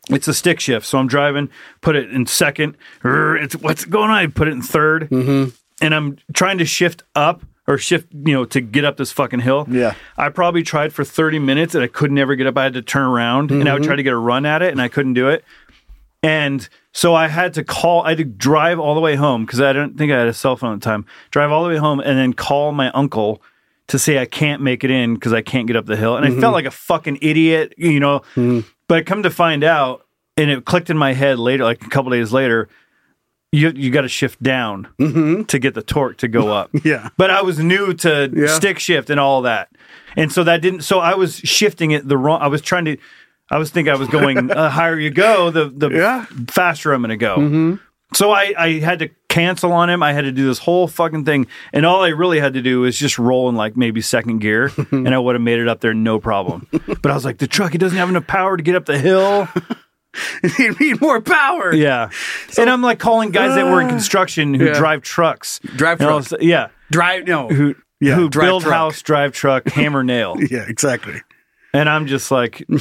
C: it's a stick shift so i'm driving put it in second Rrr, it's what's going on I put it in 3rd and i'm trying to shift up or shift you know to get up this fucking hill
B: Yeah.
C: i probably tried for 30 minutes and i could never get up i had to turn around and i would try to get a run at it and i couldn't do it and so I had to call, I had to drive all the way home because I don't think I had a cell phone at the time. Drive all the way home and then call my uncle to say I can't make it in because I can't get up the hill. And I felt like a fucking idiot, you know. But come to find out, and it clicked in my head later, like a couple days later, you you got to shift down to get the torque to go up.
B: Yeah.
C: But I was new to stick shift and all that. And so that didn't so I was shifting it the wrong I was trying to I was thinking I was going uh, higher you go, the the
B: Yeah. Mm-hmm.
C: faster I'm going to go. So I I had to cancel on him. I had to do this whole fucking thing and all I really had to do was just roll in like maybe second gear and I would have made it up there no problem. but I was like the truck it doesn't have enough power to get up the hill.
B: you need more power.
C: Yeah. and I'm like calling guys that were in construction who
B: Ah. Yeah.
C: drive trucks.
B: Drive
C: And I'll
B: truck.
C: say- Yeah.
B: Drive no.
C: Who
B: Yeah,
C: who
B: drive
C: build
B: truck.
C: house, drive truck, hammer nail.
B: Yeah, exactly.
C: and I'm just like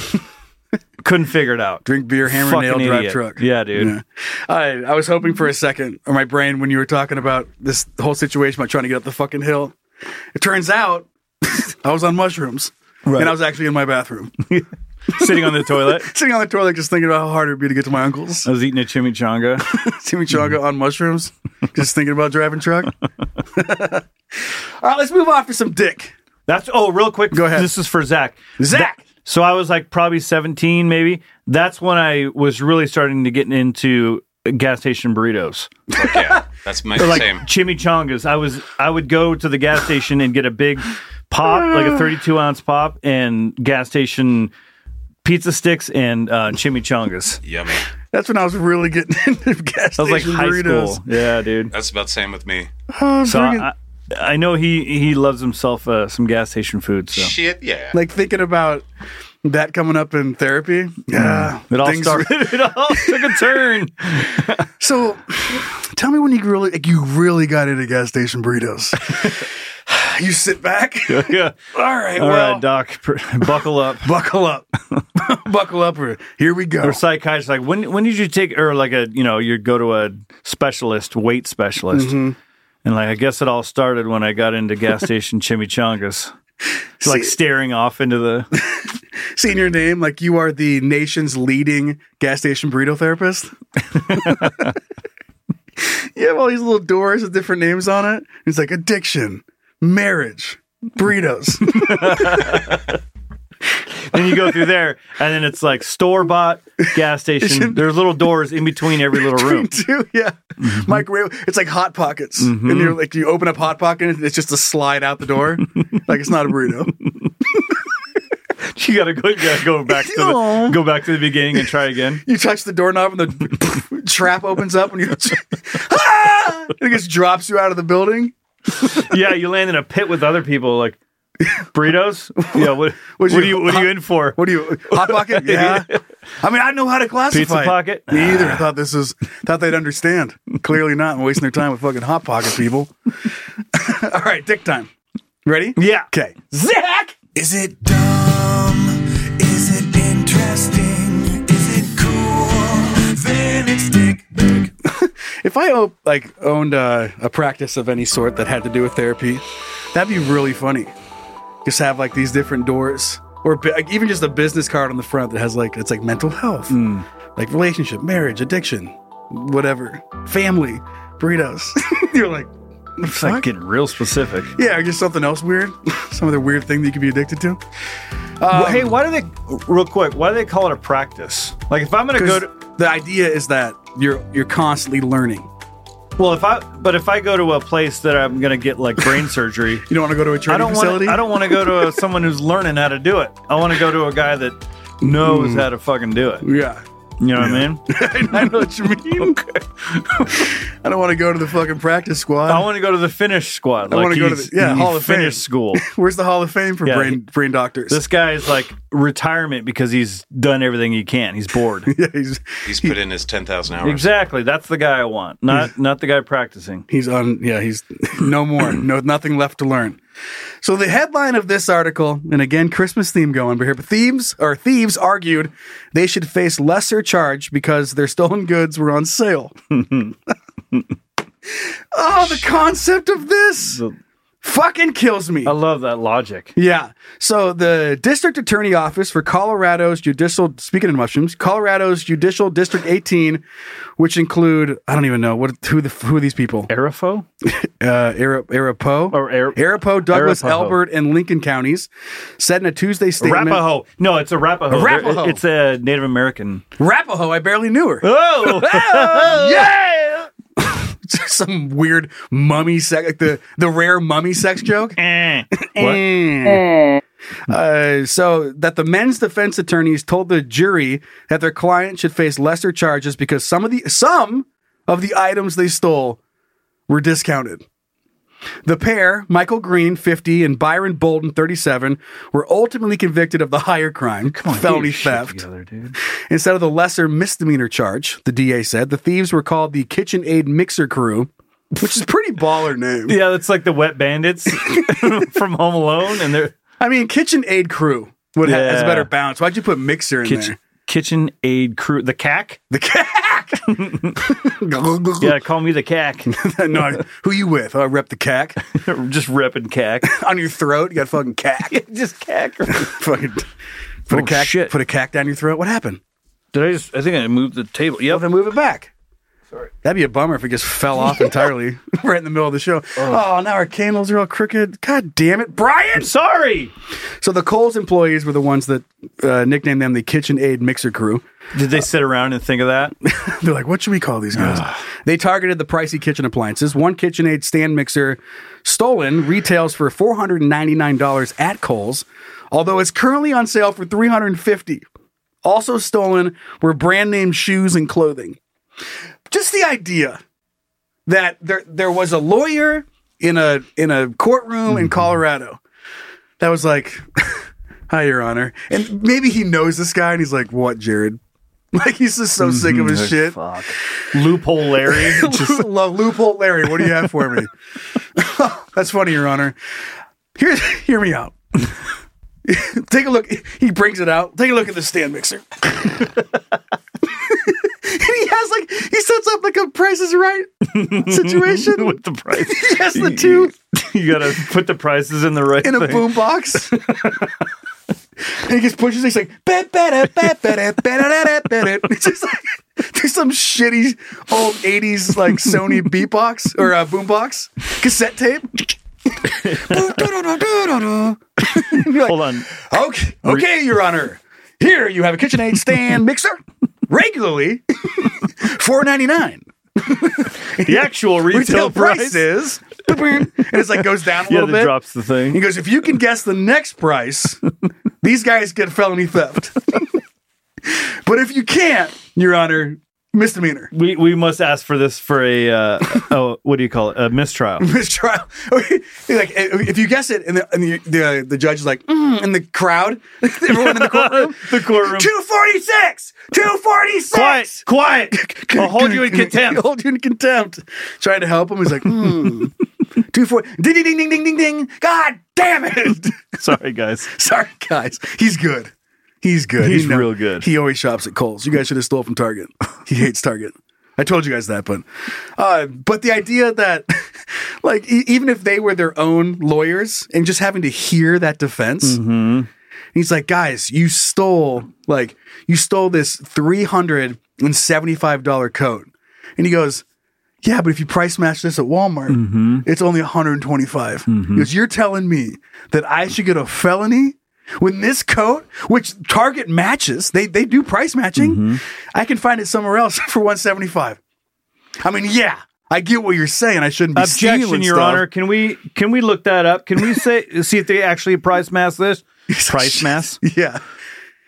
C: couldn't figure it out.
B: Drink beer, hammer nail,
C: Fucking
B: drive
C: idiot.
B: truck.
C: Yeah, dude.
B: I, I was hoping for a second, or my brain, when you were talking about this whole situation about trying to get up the fucking hill. It turns out I was on mushrooms, and I was actually in my bathroom,
C: Sitting on the toilet.
B: sitting on the toilet, just thinking about how hard it would be to get to my uncle's.
C: I was eating a chimichanga.
B: Chimichanga on mushrooms, just thinking about driving truck. All right, let's move on for some dick.
C: That's oh, real quick.
B: Go ahead.
C: This is for Zach.
B: Zach!
C: That- so I was like probably 17, maybe. That's when I was really starting to get into gas station burritos.
E: Fuck yeah. That's my
C: Or like
E: same.
C: chimichangas. I was I would go to the gas station and get a big pop, like a 32 ounce pop, and gas station pizza sticks and uh, chimichangas.
E: Yummy.
B: That's when I was really getting into gas
C: I was like
B: station
C: high
B: burritos.
C: school. Yeah, dude.
E: That's about the same with me.
B: Oh,
C: So
B: bring it-
C: I, I know he he loves himself uh, some gas station food. So
E: Shit, yeah.
B: Like thinking about that coming up in therapy. Yeah.
C: Mm. it all
B: Things-
C: started. It all took a turn.
B: So tell me when you really like you really got into gas station burritos. you sit back.
C: yeah.
B: All right,
C: All right,
B: well,
C: Doc, pr- buckle up.
B: buckle up. buckle up or here we go.
C: Or psychiatrist, like when when did you take or like a you know you go to a specialist weight specialist,
B: Mm-hmm.
C: and like I guess it all started when I got into gas station chimichangas, It's like
B: See-
C: staring off into the
B: Seeing your name like you are the nation's leading gas station burrito therapist. you have all these little doors with different names on it. It's like addiction, marriage, burritos.
C: then you go through there and then it's like store bought gas station. There's little doors in between every little room. Mm-hmm.
B: too. Yeah, microwave. It's like hot pockets, and you're like you open up hot pocket, and it's just a slide out the door, like it's not a burrito.
C: You gotta go you gotta go back to the go back to the beginning and try again.
B: You touch the doorknob, and the trap opens up, and you ah! and it just drops you out of the building.
C: Yeah, you land in a pit with other people like burritos. Yeah, what what,
B: What'd
C: are
B: you-
C: you what are you in for?
B: What do you hot pocket? Yeah, I mean I know how to classify
C: Pizza
B: it.
C: pocket?
B: Me either. I thought this is thought they'd understand. Clearly not. I'm wasting their time with fucking hot pocket people. All right, dick time. Ready?
C: Yeah.
B: Okay.
C: Zach.
I: Is it dumb? Is it interesting? Is it cool? Then it's dick.
B: If I op- like owned uh, a practice of any sort that had to do with therapy, that'd be really funny. Just have like these different doors, or bi- like, even just a business card on the front that has like it's like mental health,
C: Hmm.
B: like relationship, marriage, addiction, whatever, family, burritos. You're like,
C: It's like getting real specific.
B: yeah, or just something else weird, some other weird thing that you could be addicted to.
C: Well, hey, why do they real quick? Why do they call it a practice? Like if I'm gonna go
B: 'Cause
C: to
B: the idea is that you're you're constantly learning.
C: well, if I but if I go to a place that I'm gonna get like brain surgery,
B: You don't want to go to a training
C: I don't want
B: facility.
C: I don't want to go to a, someone who's learning how to do it. I want to go to a guy that knows how to fucking do it. You
B: Yeah.
C: know what I mean?
B: Hmm. I know what you mean. I don't want to go to the fucking practice squad.
C: I want to go to the Finnish squad.
B: I
C: Like
B: wanna go to
C: he's-
B: the- yeah,
C: he
B: Hall of Fame.
C: Finnish school.
B: Where's the Hall of Fame for
C: Yeah,
B: brain
C: he-
B: brain doctors?
C: This guy is like retirement because he's done everything he can. He's bored.
B: yeah, he's
E: He's put in his 10,000 hours.
C: exactly. That's the guy I want. Not not the guy practicing.
B: he's on. Yeah, he's no more. no, nothing left to learn. So the headline of this article, and again, Christmas theme going but here. But thieves or thieves argued they should face lesser charge because their stolen goods were on sale. oh, the concept of this fucking kills me.
C: I love that logic.
B: Yeah. So the district attorney office for Colorado's judicial speaking of mushrooms, Colorado's judicial district 18, which include I don't even know what who the who are these people?
C: Arafo?
B: Uh Ara- Arapo
C: Or Ara-
B: Arapo, Douglas,
C: Arapaho.
B: Elbert and Lincoln counties said in a Tuesday statement.
C: Arapaho. No, it's Arapaho.
B: Arapaho.
C: They're- It's a Native American.
B: Arapaho, I barely knew her.
C: Oh, yeah.
B: Some weird mummy sex like the the rare mummy sex joke.
C: Eh.
B: Uh, so that the men's defense attorneys told the jury that their client should face lesser charges because some of the some of the items they stole were discounted. The pair, Michael Green, 50, and Byron Bolden, 37, were ultimately convicted of the higher crime, felony theft. Instead of the lesser misdemeanor charge, the DA said, the thieves were called the KitchenAid Mixer Crew, which is a pretty baller name.
C: Yeah, that's like the Wet Bandits from Home Alone, and they're
B: I mean, KitchenAid Crew would have has a
C: Yeah.
B: better balance. Why'd you put mixer in
C: kitchen
B: there?
C: kitchen aid crew. The CAC.
B: The cack.
C: Yeah, call me the CAC.
B: no, I- who you with? Oh, I rep the cack
C: Just repping CAC.
B: on your throat. You got fucking cack.
C: Just CAC.
B: fucking put a
C: Oh,
B: cack.
C: shit.
B: Put a cack down your throat. What happened?
C: Did I just? I think I moved the table.
B: Well,
C: Yep.
B: then move it back. Sorry. That'd be a bummer if it just fell off entirely right in the middle of the show. Oh, now our candles are all crooked. God damn it, Brian!
C: I'm sorry.
B: So the Coles employees were the ones that uh, nicknamed them the KitchenAid Mixer Crew.
C: Did they sit around and think of that?
B: They're like, what should we call these guys? they targeted the pricey kitchen appliances. One KitchenAid stand mixer stolen retails for $499 at Kohl's, although it's currently on sale for $350. Also stolen were brand name shoes and clothing. Just the idea that there there was a lawyer in a in a courtroom in Colorado. That was like, "Hi, Your Honor," and maybe he knows this guy, and he's like, "What, Jared?" Like he's just so sick of his shit.
C: Loophole Larry.
B: Just love loophole Larry. What do you have for me? That's funny, Your Honor. Here, hear me out. Take a look. He brings it out. Take a look at the stand mixer. and he has like he sets up like a Price is Right situation.
C: with the price.
B: Yes, the two.
C: You gotta put the prices in the right
B: in a
C: thing.
B: boom box. and he just pushes. it, He's like, "Ba, ba, da, ba, ba, da, ba, da, da, da, ba, da." It's just like there's some shitty old '80s like Sony beatbox or uh, boombox cassette tape. You're like,
C: Hold on.
B: Okay, okay, Your Honor. Here you have a KitchenAid stand mixer regularly, four ninety nine.
C: The actual
B: Retail
C: retail,
B: price is, and it's like goes down a
C: Yeah,
B: little
C: that
B: bit.
C: drops the thing.
B: He goes, if you can guess the next price, these guys get felony theft. but if you can't, Your Honor, misdemeanor,
C: We we must ask for this for a uh, oh what do you call it a mistrial?
B: mistrial. He's like if you guess it, and the and the, the, the judge is like, mm, and the crowd, everyone in the courtroom,
C: The courtroom.
B: two forty six, two forty six.
C: Quiet, quiet. I'll hold you in contempt.
B: Hold you in contempt. Trying to help him. He's like, hmm. Two four. Ding ding ding ding ding ding ding. God damn it.
C: Sorry, guys.
B: Sorry, guys. He's good. He's good.
C: He's
B: He
C: real good.
B: He always shops at Kohl's. You guys should have stole from Target. He hates Target. I told you guys that, but uh, but the idea that like e- even if they were their own lawyers and just having to hear that defense,
C: Mm-hmm.
B: he's like, guys, you stole like you stole this three hundred and seventy five dollar coat, and he goes, yeah, but if you price match this at Walmart,
C: Mm-hmm.
B: it's only 125. Because you're telling me that I should get a felony when this coat, which Target matches, they they do price matching.
C: Mm-hmm.
B: I can find it somewhere else for 175. I mean, yeah, I get what you're saying. I shouldn't be
C: Objection,
B: stealing
C: Your
B: stuff.
C: Honor. Can we can we look that up? Can we say see if they actually price mass this? Price mass.
B: Yeah,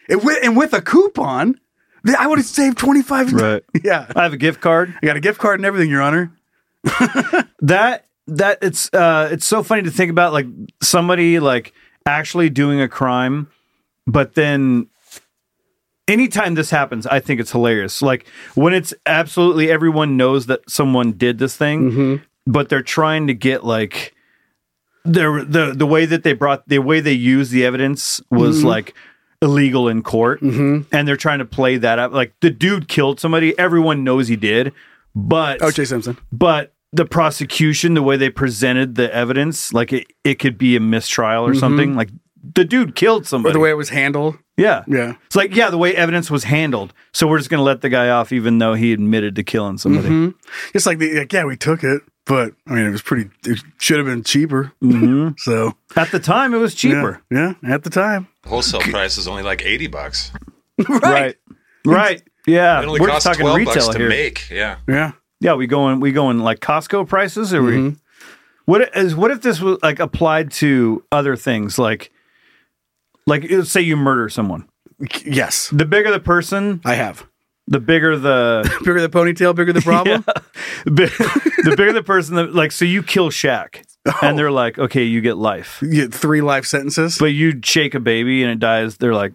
B: and with, and with a coupon, th- I would have saved 25.
C: Right.
B: Yeah,
C: I have a gift card.
B: I got a gift card and everything, Your Honor.
C: that that it's uh it's so funny to think about like somebody like actually doing a crime but then anytime this happens i think it's hilarious like when it's absolutely everyone knows that someone did this thing but they're trying to get like their the the way that they brought the way they used the evidence was like illegal in court and they're trying to play that up like the dude killed somebody everyone knows he did but
B: O.J. Simpson.
C: but the prosecution the way they presented the evidence like it, it could be a mistrial or something like the dude killed
B: Or
C: somebody
B: Mm-hmm. the way it was handled.
C: yeah
B: Yeah.
C: it's like yeah the way evidence was handled so we're just gonna let the guy off even though he admitted to killing somebody
B: Mm-hmm. Just like, the, like, yeah, we took it, but I mean, it was pretty. It should have been cheaper. so
C: at the time it was
B: yeah,
C: cheaper
B: yeah, at the time,
E: Wholesale price is only like 80 bucks.
C: right right yeah
E: It only
C: we're just
E: costs
C: talking
E: 12 bucks
C: retail
E: to
C: here
E: make. Yeah.
B: yeah.
C: yeah we going we going like costco prices or
B: Mm-hmm.
C: we what is what if this was like applied to other things like like let's say you murder someone
B: Yes,
C: the bigger the person
B: I have.
C: the bigger the
B: Bigger the ponytail, bigger the problem.
C: Bi- the bigger the person, the, like, so you kill Shaq, and they're like, okay, you get life.
B: You get three life sentences.
C: But you shake a baby and it dies. They're like,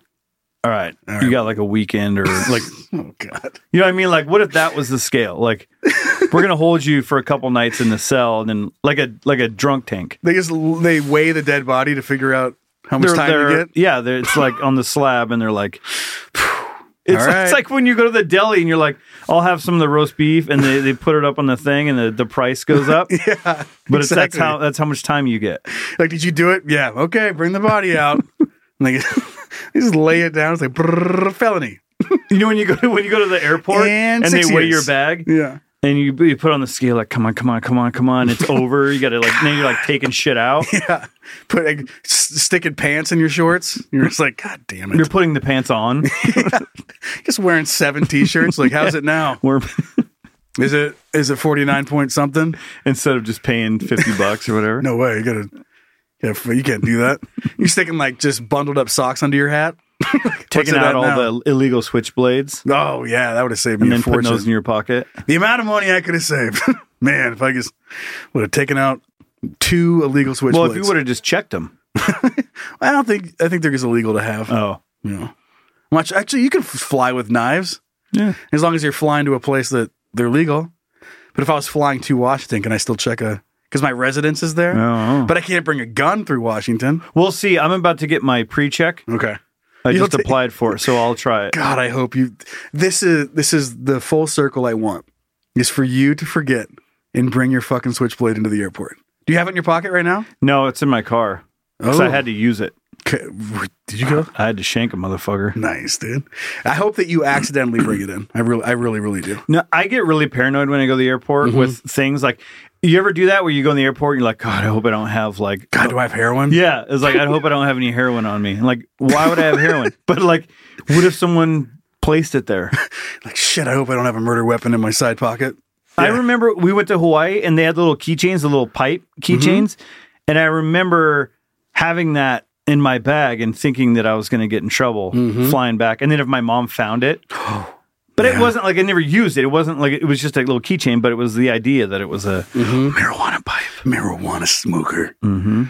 C: all right, you got like a weekend or like,
B: oh God,
C: you know what I mean? Like, what if that was the scale? Like, we're gonna hold you for a couple nights in the cell, and then like a like a drunk tank.
B: they just they weigh the dead body to figure out how much
C: They're-
B: time
C: they're-
B: you get.
C: Yeah, they're, it's like on the slab, and they're like. It's,
B: All right.
C: it's like when you go to the deli and you're like, I'll have some of the roast beef, and they, they put it up on the thing, and the, the price goes up. yeah, but it's, that's
B: exactly.
C: how that's how much time you get.
B: Like, did you do it? Yeah. Okay, bring the body out. and they, they just lay it down. It's like brrr, felony.
C: You know when you go to, when you go to the airport
B: And
C: and, they
B: six
C: weigh
B: years.
C: your bag
B: Yeah.
C: and you you put on the scale like come on come on come on come on it's over you got to like now you're like taking shit out
B: Yeah. Put like, s- sticking pants in your shorts. You're just like, God damn it.
C: you're putting the pants on
B: just wearing seven t-shirts like how's it now
C: We're-
B: is it is it 49 point something
C: instead of just paying fifty bucks or whatever.
B: no way you gotta yeah, f- you can't do that you're sticking like just bundled up socks under your hat
C: taking out all the illegal switchblades
B: the oh yeah that would have saved me
C: and then
B: a
C: putting
B: fortune
C: those in your pocket.
B: the amount of money i could have saved man if i just would have taken out two illegal switchblades.
C: Well, if you would have just checked them,
B: I don't think I think they're just illegal to have.
C: Oh,
B: you know, much actually you can f- fly with knives. Yeah, as long as you're flying to a place that they're legal. But if I was flying to Washington, can I still check a? Because my residence is there,
C: Oh.
B: but I can't bring a gun through Washington.
C: we'll see. I'm about to get my pre-check.
B: Okay,
C: I
B: You'll
C: just
B: ta-
C: applied for it, so I'll try it.
B: God, I hope you. This is this is the full circle I want. Is for you to forget and bring your fucking switchblade into the airport. Do you have it in your pocket right now?
C: No, it's in my car because I
B: Oh.
C: had to use it.
B: Okay, Did you go?
C: I had to shank a motherfucker.
B: Nice, dude. I hope that you accidentally bring it in. I really, I really, really do.
C: No, I get really paranoid when I go to the airport with things like. You ever do that where you go in the airport and you're like, God, I hope I don't have like
B: God, do I have heroin?
C: Yeah, it's like I hope I don't have any heroin on me. Like, why would I have heroin? But like, what if someone placed it there?
B: Like shit. I hope I don't have a murder weapon in my side pocket.
C: I remember we went to Hawaii and they had the little keychains, the little pipe keychains, and I remember having that in my bag and thinking that I was going to get in trouble flying back. And then if my mom found it, but it wasn't like I never used it. It wasn't like it was just a little keychain, but it was the idea that it was a.
B: Marijuana pipe. Marijuana smoker.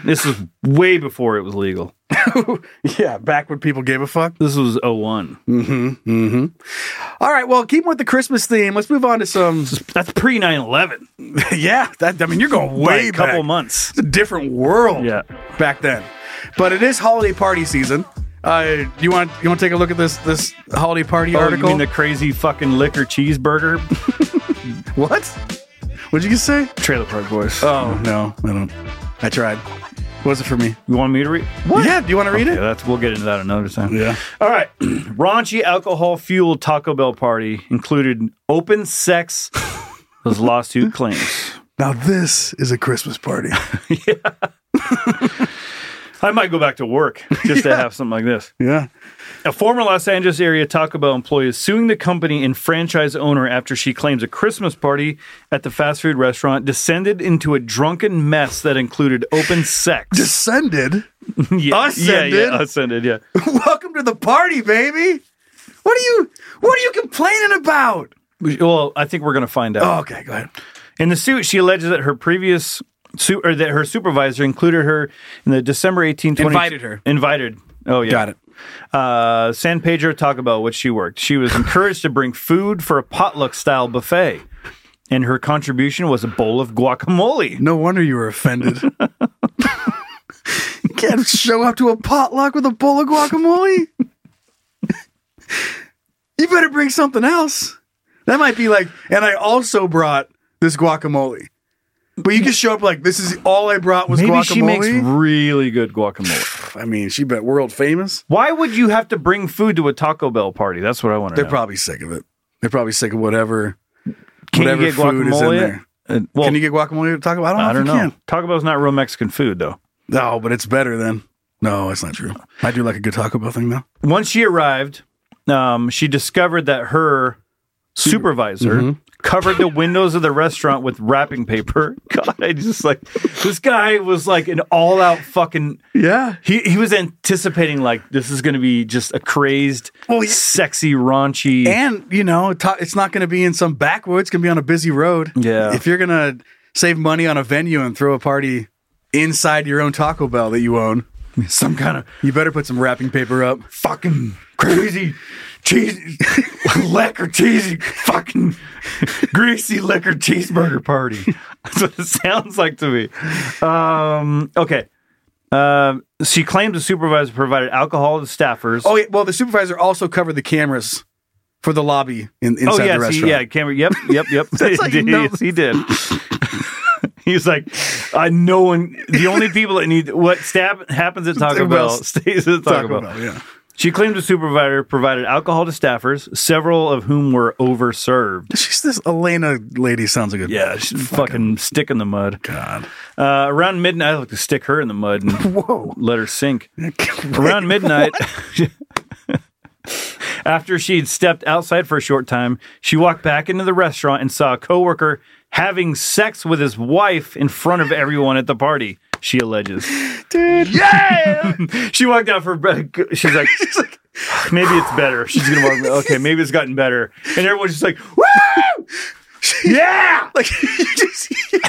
C: This was way before it was
B: Mm.
C: legal.
B: Yeah, back when people gave a fuck. Mm-hmm.
C: This was 01.
B: All right, well, keep with the Christmas theme. Let's move on to some.
C: That's pre 9 11.
B: yeah, that, I mean, you're going
C: By
B: way
C: a couple
B: back.
C: months.
B: It's a different world.
C: Yeah.
B: back then, but it is holiday party season. Uh, you want you want to take a look at this this holiday party
C: Oh,
B: article?
C: You mean the crazy fucking liquor cheeseburger
B: what? What'd you just say?
C: trailer park voice?
B: Oh no, I don't. I tried. Was it for me?
C: you want me to read?
B: Yeah. Do you want to read
C: Yeah,
B: it?
C: that's we'll get into that another time.
B: Yeah.
C: All right. Raunchy alcohol fueled Taco Bell party included open sex those lawsuit claims.
B: Now this is a Christmas party.
C: I might go back to work just to have something like this.
B: yeah.
C: A former Los Angeles area Taco Bell employee is suing the company and franchise owner after she claims a Christmas party at the fast food restaurant descended into a drunken mess that included open sex.
B: Descended.
C: yeah, Yeah,
B: Ascended?
C: yeah, ascended, yeah.
B: Welcome to the party, baby. What are you What are you complaining about?
C: Well, I think we're going to find out.
B: Oh, okay, go ahead.
C: In the suit, she alleges that her previous su- or that her supervisor included her in the December 18, 20-
B: Invited her.
C: Invited. Oh yeah.
B: Got it.
C: Uh, San Pedro Taco Bell, which she worked. She was encouraged to bring food for a potluck style buffet. And her contribution was a bowl of guacamole.
B: No wonder you were offended. you can't show up to a potluck with a bowl of guacamole. you better bring something else. That might be like, and I also brought this guacamole. But you can show up like this is all I brought was
C: Maybe
B: guacamole.
C: she makes really good guacamole.
B: I mean, she bet world famous.
C: Why would you have to bring food to a Taco Bell party? That's what I want to
B: They're
C: know.
B: probably sick of it. They're probably sick of whatever.
C: Can you
B: whatever
C: get
B: food is in
C: guacamole?
B: there.
C: Uh, well,
B: can you get guacamole to Taco Bell? I don't know.
C: I don't
B: if you
C: know. Taco Bell's not real Mexican food, though.
B: Can. No, but it's better than. No, that's not true. I do like a good Taco Bell thing though.
C: once she arrived, um, she discovered that her supervisor
B: Mm-hmm.
C: covered the windows of the restaurant with wrapping paper. God, I just like this guy was like an all out fucking.
B: Yeah.
C: He, he was anticipating like this is going to be just a crazed,
B: Well, Oh, yeah.
C: sexy, raunchy.
B: And you know, ta- it's not going to be in some backwoods. It's going to be on a busy road.
C: Yeah.
B: If you're going to save money on a venue and throw a party inside your own Taco Bell that you own,
C: some kind of
B: you better put some wrapping paper up.
C: fucking crazy cheesy liquor cheesy fucking greasy liquor cheeseburger party. That's what it sounds like to me. Um, okay. Um she claims the supervisor provided alcohol to staffers.
B: Oh, yeah, well, the supervisor also covered the cameras for the lobby in,
C: Oh,
B: inside
C: yeah,
B: the
C: see,
B: restaurant.
C: yeah, camera. Yep, yep, yep.
B: That's like
C: He did-
B: no-
C: yes, he did. He's like, I no one. The only people that need what stab, happens at Taco
B: Taco Bell
C: Bell stays at Taco,
B: Taco
C: Bell.
B: Bell, yeah.
C: She claimed the supervisor provided alcohol to staffers, several of whom were overserved.
B: She's this Elena lady sounds like a
C: Yeah, she's fucking, stick in the mud.
B: God.
C: Uh, around midnight, I like to stick her in the mud and
B: Whoa.
C: let her sink. Around midnight, after she'd stepped outside for a short time, she walked back into the restaurant and saw a coworker having sex with his wife in front of everyone at the party. She alleges.
B: Yeah.
C: She walked out for she's like, she's like maybe it's better. She's gonna walk. Okay, maybe it's gotten better. And everyone's just like, woo!
B: yeah, like you just hear,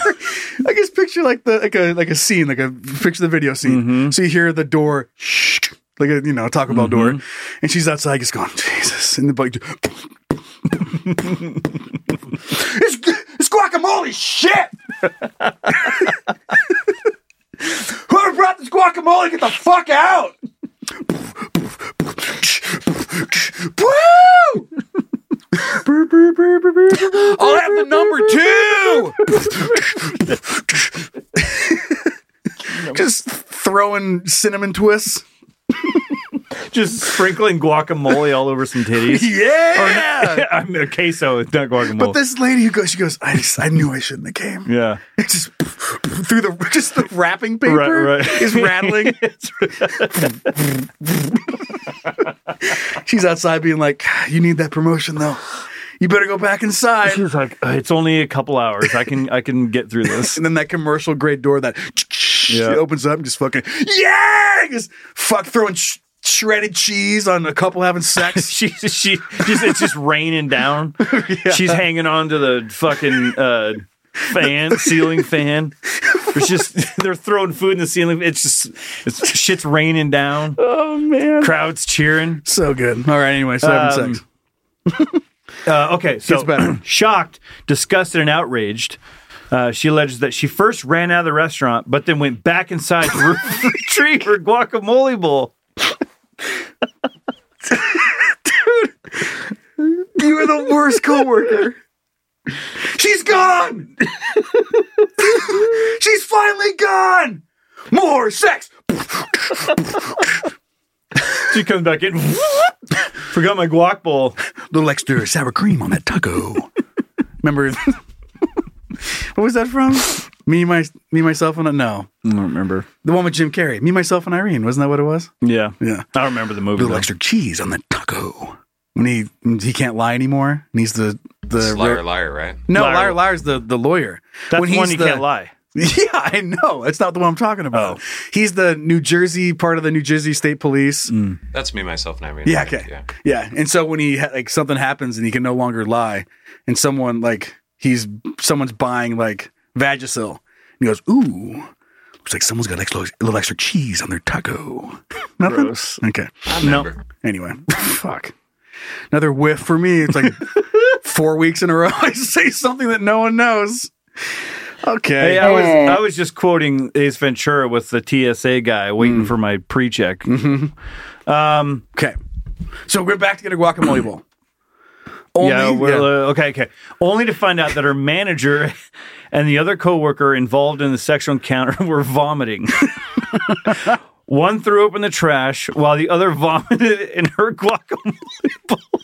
B: I just picture like the like a like a scene, like a picture the video scene. So you hear the door, shh, like a you know Taco Bell door, and she's outside, just going Jesus, and the bike. it's it's guacamole shit. Whoever brought this guacamole, get the fuck out. Woo! I'll have the number two. Just throwing cinnamon twists.
C: Just sprinkling guacamole all over some titties.
B: Yeah.
C: Or, I mean, queso, it's not guacamole.
B: But this lady who goes, she goes, I just, I knew I shouldn't have came.
C: yeah.
B: It just through the just the wrapping paper
C: Right, right.
B: is rattling. She's outside being like, "You need that promotion though. You better go back inside."
C: She was like, "Uh, "It's only a couple hours. I can I can get through this."
B: And then that commercial grade door that
C: Yeah.
B: it opens up and just fucking yeah, just fuck throwing sh- shredded cheese on a couple having sex.
C: she she just it's just raining down. She's hanging on to the fucking uh, fan, ceiling fan. It's just they're throwing food in the ceiling. It's just it's shit's raining down. Oh man, crowds cheering.
B: so good. All right. Anyway, so having
C: Um,
B: sex.
C: Uh, okay, so
B: Gets better.
C: shocked, disgusted, and outraged. Uh, she alleges that she first ran out of the restaurant, but then went back inside to re- retrieve her guacamole bowl.
B: You are the worst coworker. She's gone. She's finally gone. More sex.
C: She comes back in. Forgot my guac bowl.
B: Little extra sour cream on that taco. Remember what was that from? Me, my, me, myself, and no,
C: I don't remember.
B: the one with Jim Carrey. Me, myself, and Irene. Wasn't that what it was?
C: Yeah,
B: Yeah.
C: I remember the movie.
B: little
C: though.
B: extra cheese on the taco. When he when he can't lie anymore, and he's the the
E: liar, liar, right?
B: no
C: Liar.
B: liar. liar's the the lawyer.
C: That's
B: when
C: the
B: he's
C: one you
B: the-
C: can't lie.
B: Yeah, I know. That's not the one I'm talking about.
C: Oh.
B: He's the New Jersey part of the New Jersey State Police.
C: Mm.
E: That's me, myself, and Irene.
B: Yeah,
E: right?
B: okay, yeah.
E: Yeah.
B: And so when he ha- like something happens and he can no longer lie, and someone like he's someone's buying like Vagisil, and he goes, "Ooh, looks like someone's got an extra a little extra cheese on their taco." Nothing. Okay.
C: No,
B: Anyway, fuck. Another whiff for me. It's like four weeks in a row. I say something that no one knows. Okay.
C: hey, I was I was just quoting Ace Ventura with the TSA guy
B: Mm.
C: waiting for my pre-check.
B: Mm-hmm. Okay. So we're back to get a guacamole bowl. Only,
C: yeah, we're,
B: yeah.
C: uh, okay, okay. Only to find out that her manager and the other coworker involved in the sexual encounter were vomiting. One threw open the trash while the other vomited in her guacamole bowl,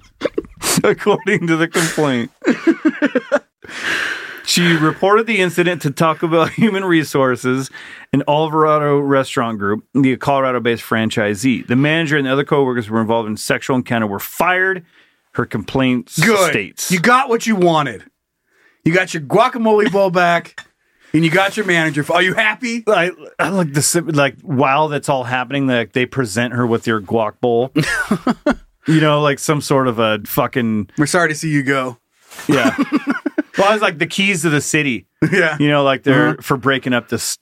C: according to the complaint. she reported the incident to Taco Bell Human Resources and Alvarado Restaurant Group, the Colorado-based franchisee. The manager and the other coworkers who were involved in sexual encounter were fired. Her complaint
B: good.
C: states.
B: You got what you wanted. You got your guacamole bowl back, and you got your manager. Are you happy?
C: I, I like the sim- like while that's all happening, like they present her with your guac bowl. you know, like some sort of a fucking
B: We're sorry to see you go.
C: yeah. well, I was like the keys to the city.
B: Yeah.
C: You know, like they're
B: Uh-huh.
C: for breaking up this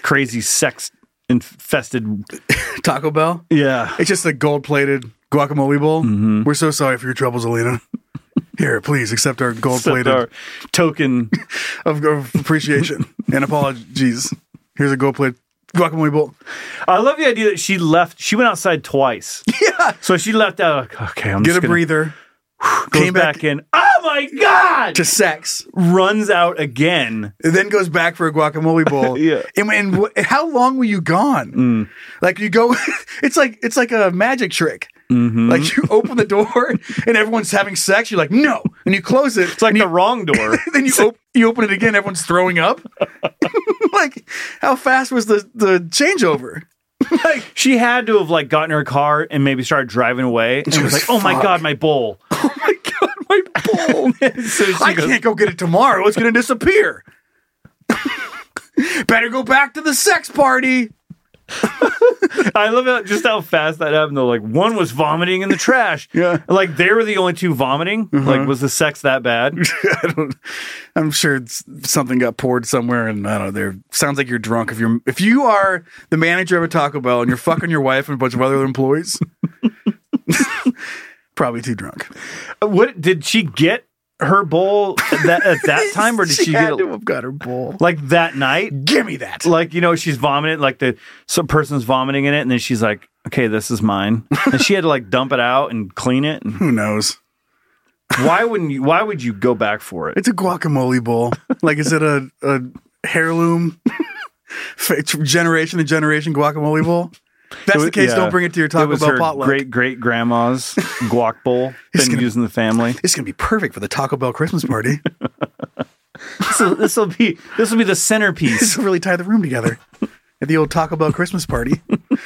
C: crazy sex infested.
B: Taco Bell.
C: Yeah.
B: It's just a gold plated guacamole bowl.
C: Mm-hmm.
B: We're so sorry for your troubles, Alina. Here, please accept our gold plated
C: Our token.
B: of, of appreciation and apologies. Here's a gold plated guacamole bowl.
C: I love the idea that she left. She went outside twice. Yeah. So she left out. like, Okay, I'm
B: Get
C: just
B: a
C: gonna-
B: breather.
C: Goes
B: Came
C: back,
B: back,
C: in. Oh my god!
B: to sex,
C: runs out again.
B: and then goes back for a guacamole bowl.
C: Yeah.
B: And, and wh- how long were you gone? Like you go, it's like it's like a magic trick. Like you open the door and everyone's having sex. You're like no, and you close it.
C: It's like the wrong door.
B: then you op- you open it again. Everyone's throwing up. like, how fast was the the changeover?
C: like she had to have like gotten her car and maybe started driving away and
B: She
C: was like,
B: was
C: "Oh my
B: fucked.
C: god, my bowl!"
B: Oh my god, my bowl!
C: so she
B: I
C: goes,
B: can't go get it tomorrow. It's gonna disappear. Better go back to the sex party.
C: I love how, just how fast that happened. Though, like one was vomiting in the trash. yeah, like they were the only two vomiting. Like,
B: Mhm.
C: was the sex that bad?
B: I don't, I'm sure it's, something got poured somewhere, and I don't know. There sounds like you're drunk. If you're if you are the manager of a Taco Bell and you're fucking your wife and a bunch of other employees, probably too drunk.
C: What did she get her bowl that, at that time, or did she,
B: she
C: get
B: had
C: it?
B: to have got her bowl?
C: like that night?
B: Give me that.
C: Like you know, she's vomiting. Like the some person's vomiting in it, and then she's like, "Okay, this is mine." And she had to like dump it out and clean it. And
B: Who knows?
C: why wouldn't you? Why would you go back for it?
B: It's a guacamole bowl. like, is it a, a heirloom? fa- generation to generation guacamole bowl? If That's the case.
C: Yeah.
B: Don't bring it to your
C: it
B: Taco
C: was
B: Bell
C: her
B: potluck.
C: Great great grandma's guac bowl
B: It's
C: been
B: gonna-
C: used in the family.
B: It's gonna be perfect for the Taco Bell Christmas party.
C: This will be this will be the centerpiece.
B: this will really tie the room together at the old Taco Bell Christmas party.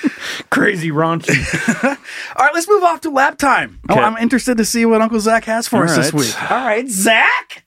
C: Crazy raunchy.
B: All right, let's move off to lap time. Oh,
C: Okay.
B: I'm interested to see what Uncle Zach has for
C: All
B: us this
C: right.
B: week. All right, Zach.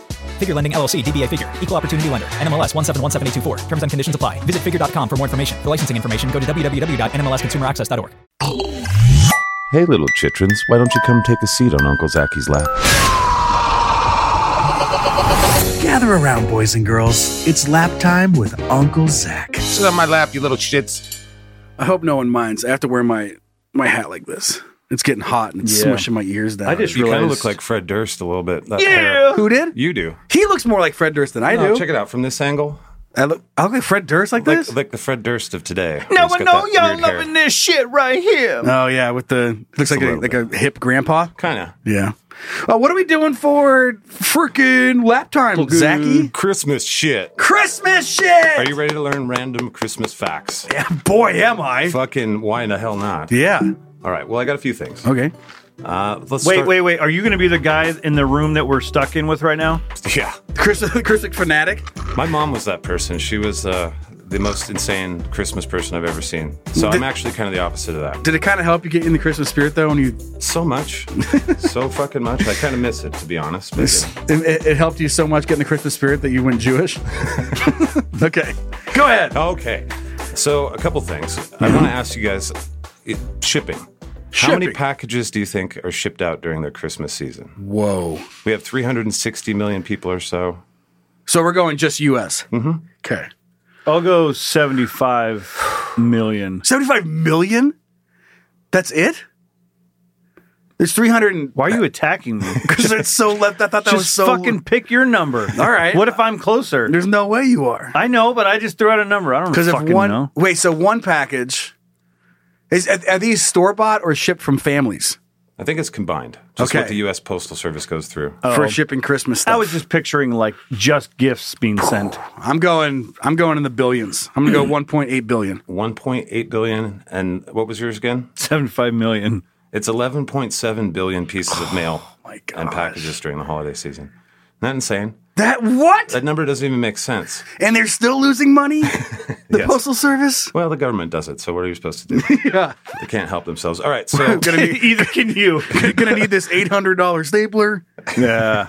J: Figure Lending LLC, DBA Figure, Equal Opportunity Lender, NMLS 1717824. Terms and conditions apply. Visit figure.com for more information. For licensing information, go to www.nmlsconsumeraccess.org.
K: Hey, little chitrins, why don't you come take a seat on Uncle Zacky's lap?
B: Gather around, boys and girls. It's lap time with Uncle Zach.
L: Sit on my lap, you little shits.
B: I hope no one minds. I have to wear my my hat like this. It's getting hot and it's
E: Yeah.
B: smushing my ears down.
E: I just you kind of look like Fred Durst a little bit. that hair.
B: Who did?
E: You do.
B: He looks more like Fred Durst than I
E: No,
B: do.
E: Check it out from this angle.
B: I look, I look like Fred Durst like, this.
E: Like the Fred Durst of today.
C: No
E: He's
C: one
E: got
C: know
E: that
C: y'all
E: weird hair.
C: loving this shit right here.
B: Oh yeah, with the looks like a, like a hip grandpa.
E: Kind of.
B: Yeah. Uh, what are we doing for freaking lap time, Zachy?
E: Christmas shit.
B: Christmas shit.
E: Are you ready to learn random Christmas facts?
B: Yeah, boy, am I.
E: Fucking why in the hell not?
B: Yeah.
E: All right. Well, I got a few things.
B: Okay.
E: Uh, let's
C: wait,
E: start-
C: wait, wait. Are you going to be the guy in the room that we're stuck in with right now?
E: Yeah.
B: Chris, Christic fanatic.
E: My mom was that person. She was uh, the most insane Christmas person I've ever seen. So I'm actually kind of the opposite of that.
B: Did it kind of help you get in the Christmas spirit though? When you
E: so much, so fucking much. I kind of miss it to be honest. But,
B: This,
E: yeah.
B: it, it- it helped you so much get in the Christmas spirit that you went Jewish. okay.
E: Go ahead. Okay. So, a couple things. I want to ask you guys it, shipping. How many
B: Mm-hmm. Shipping.
E: packages do you think are shipped out during their Christmas season?
B: Whoa.
E: We have 360 million people or so.
B: So we're going just U.S.
E: Mm-hmm.
B: Okay.
C: I'll go 75 million.
B: 75 million? That's it? There's 300 and.
C: Why are you attacking me?
B: Because it's so left. I thought that
C: just
B: was so.
C: fucking pick your number.
B: All right.
C: What if I'm closer?
B: There's no way you are.
C: I know, but I just threw out a number. I don't
B: Because if
C: fucking
B: one.
C: know.
B: Wait, so one package. Is, are, are these store bought or shipped from families
E: I think it's combined. Just
B: Okay.
E: what the U.S. Postal Service goes through.
B: for shipping Christmas stuff?
C: Oh. I was just picturing like just gifts being sent.
B: I'm going. I'm going in the billions. I'm gonna go 1.8 billion.
E: 1.8 billion. And what was yours again?
C: 75 million.
E: It's 11.7 billion pieces
B: Oh
E: of mail and packages during the holiday season. Isn't that insane?
B: That what?
E: That number doesn't even make sense.
B: And they're still losing money? The
E: Yes.
B: Postal Service?
E: Well, the government does it. So, what are you supposed to do?
B: yeah.
E: They can't help themselves. All right. So,
B: gonna need,
C: Either can you.
B: gonna need this $800 stapler.
C: Yeah.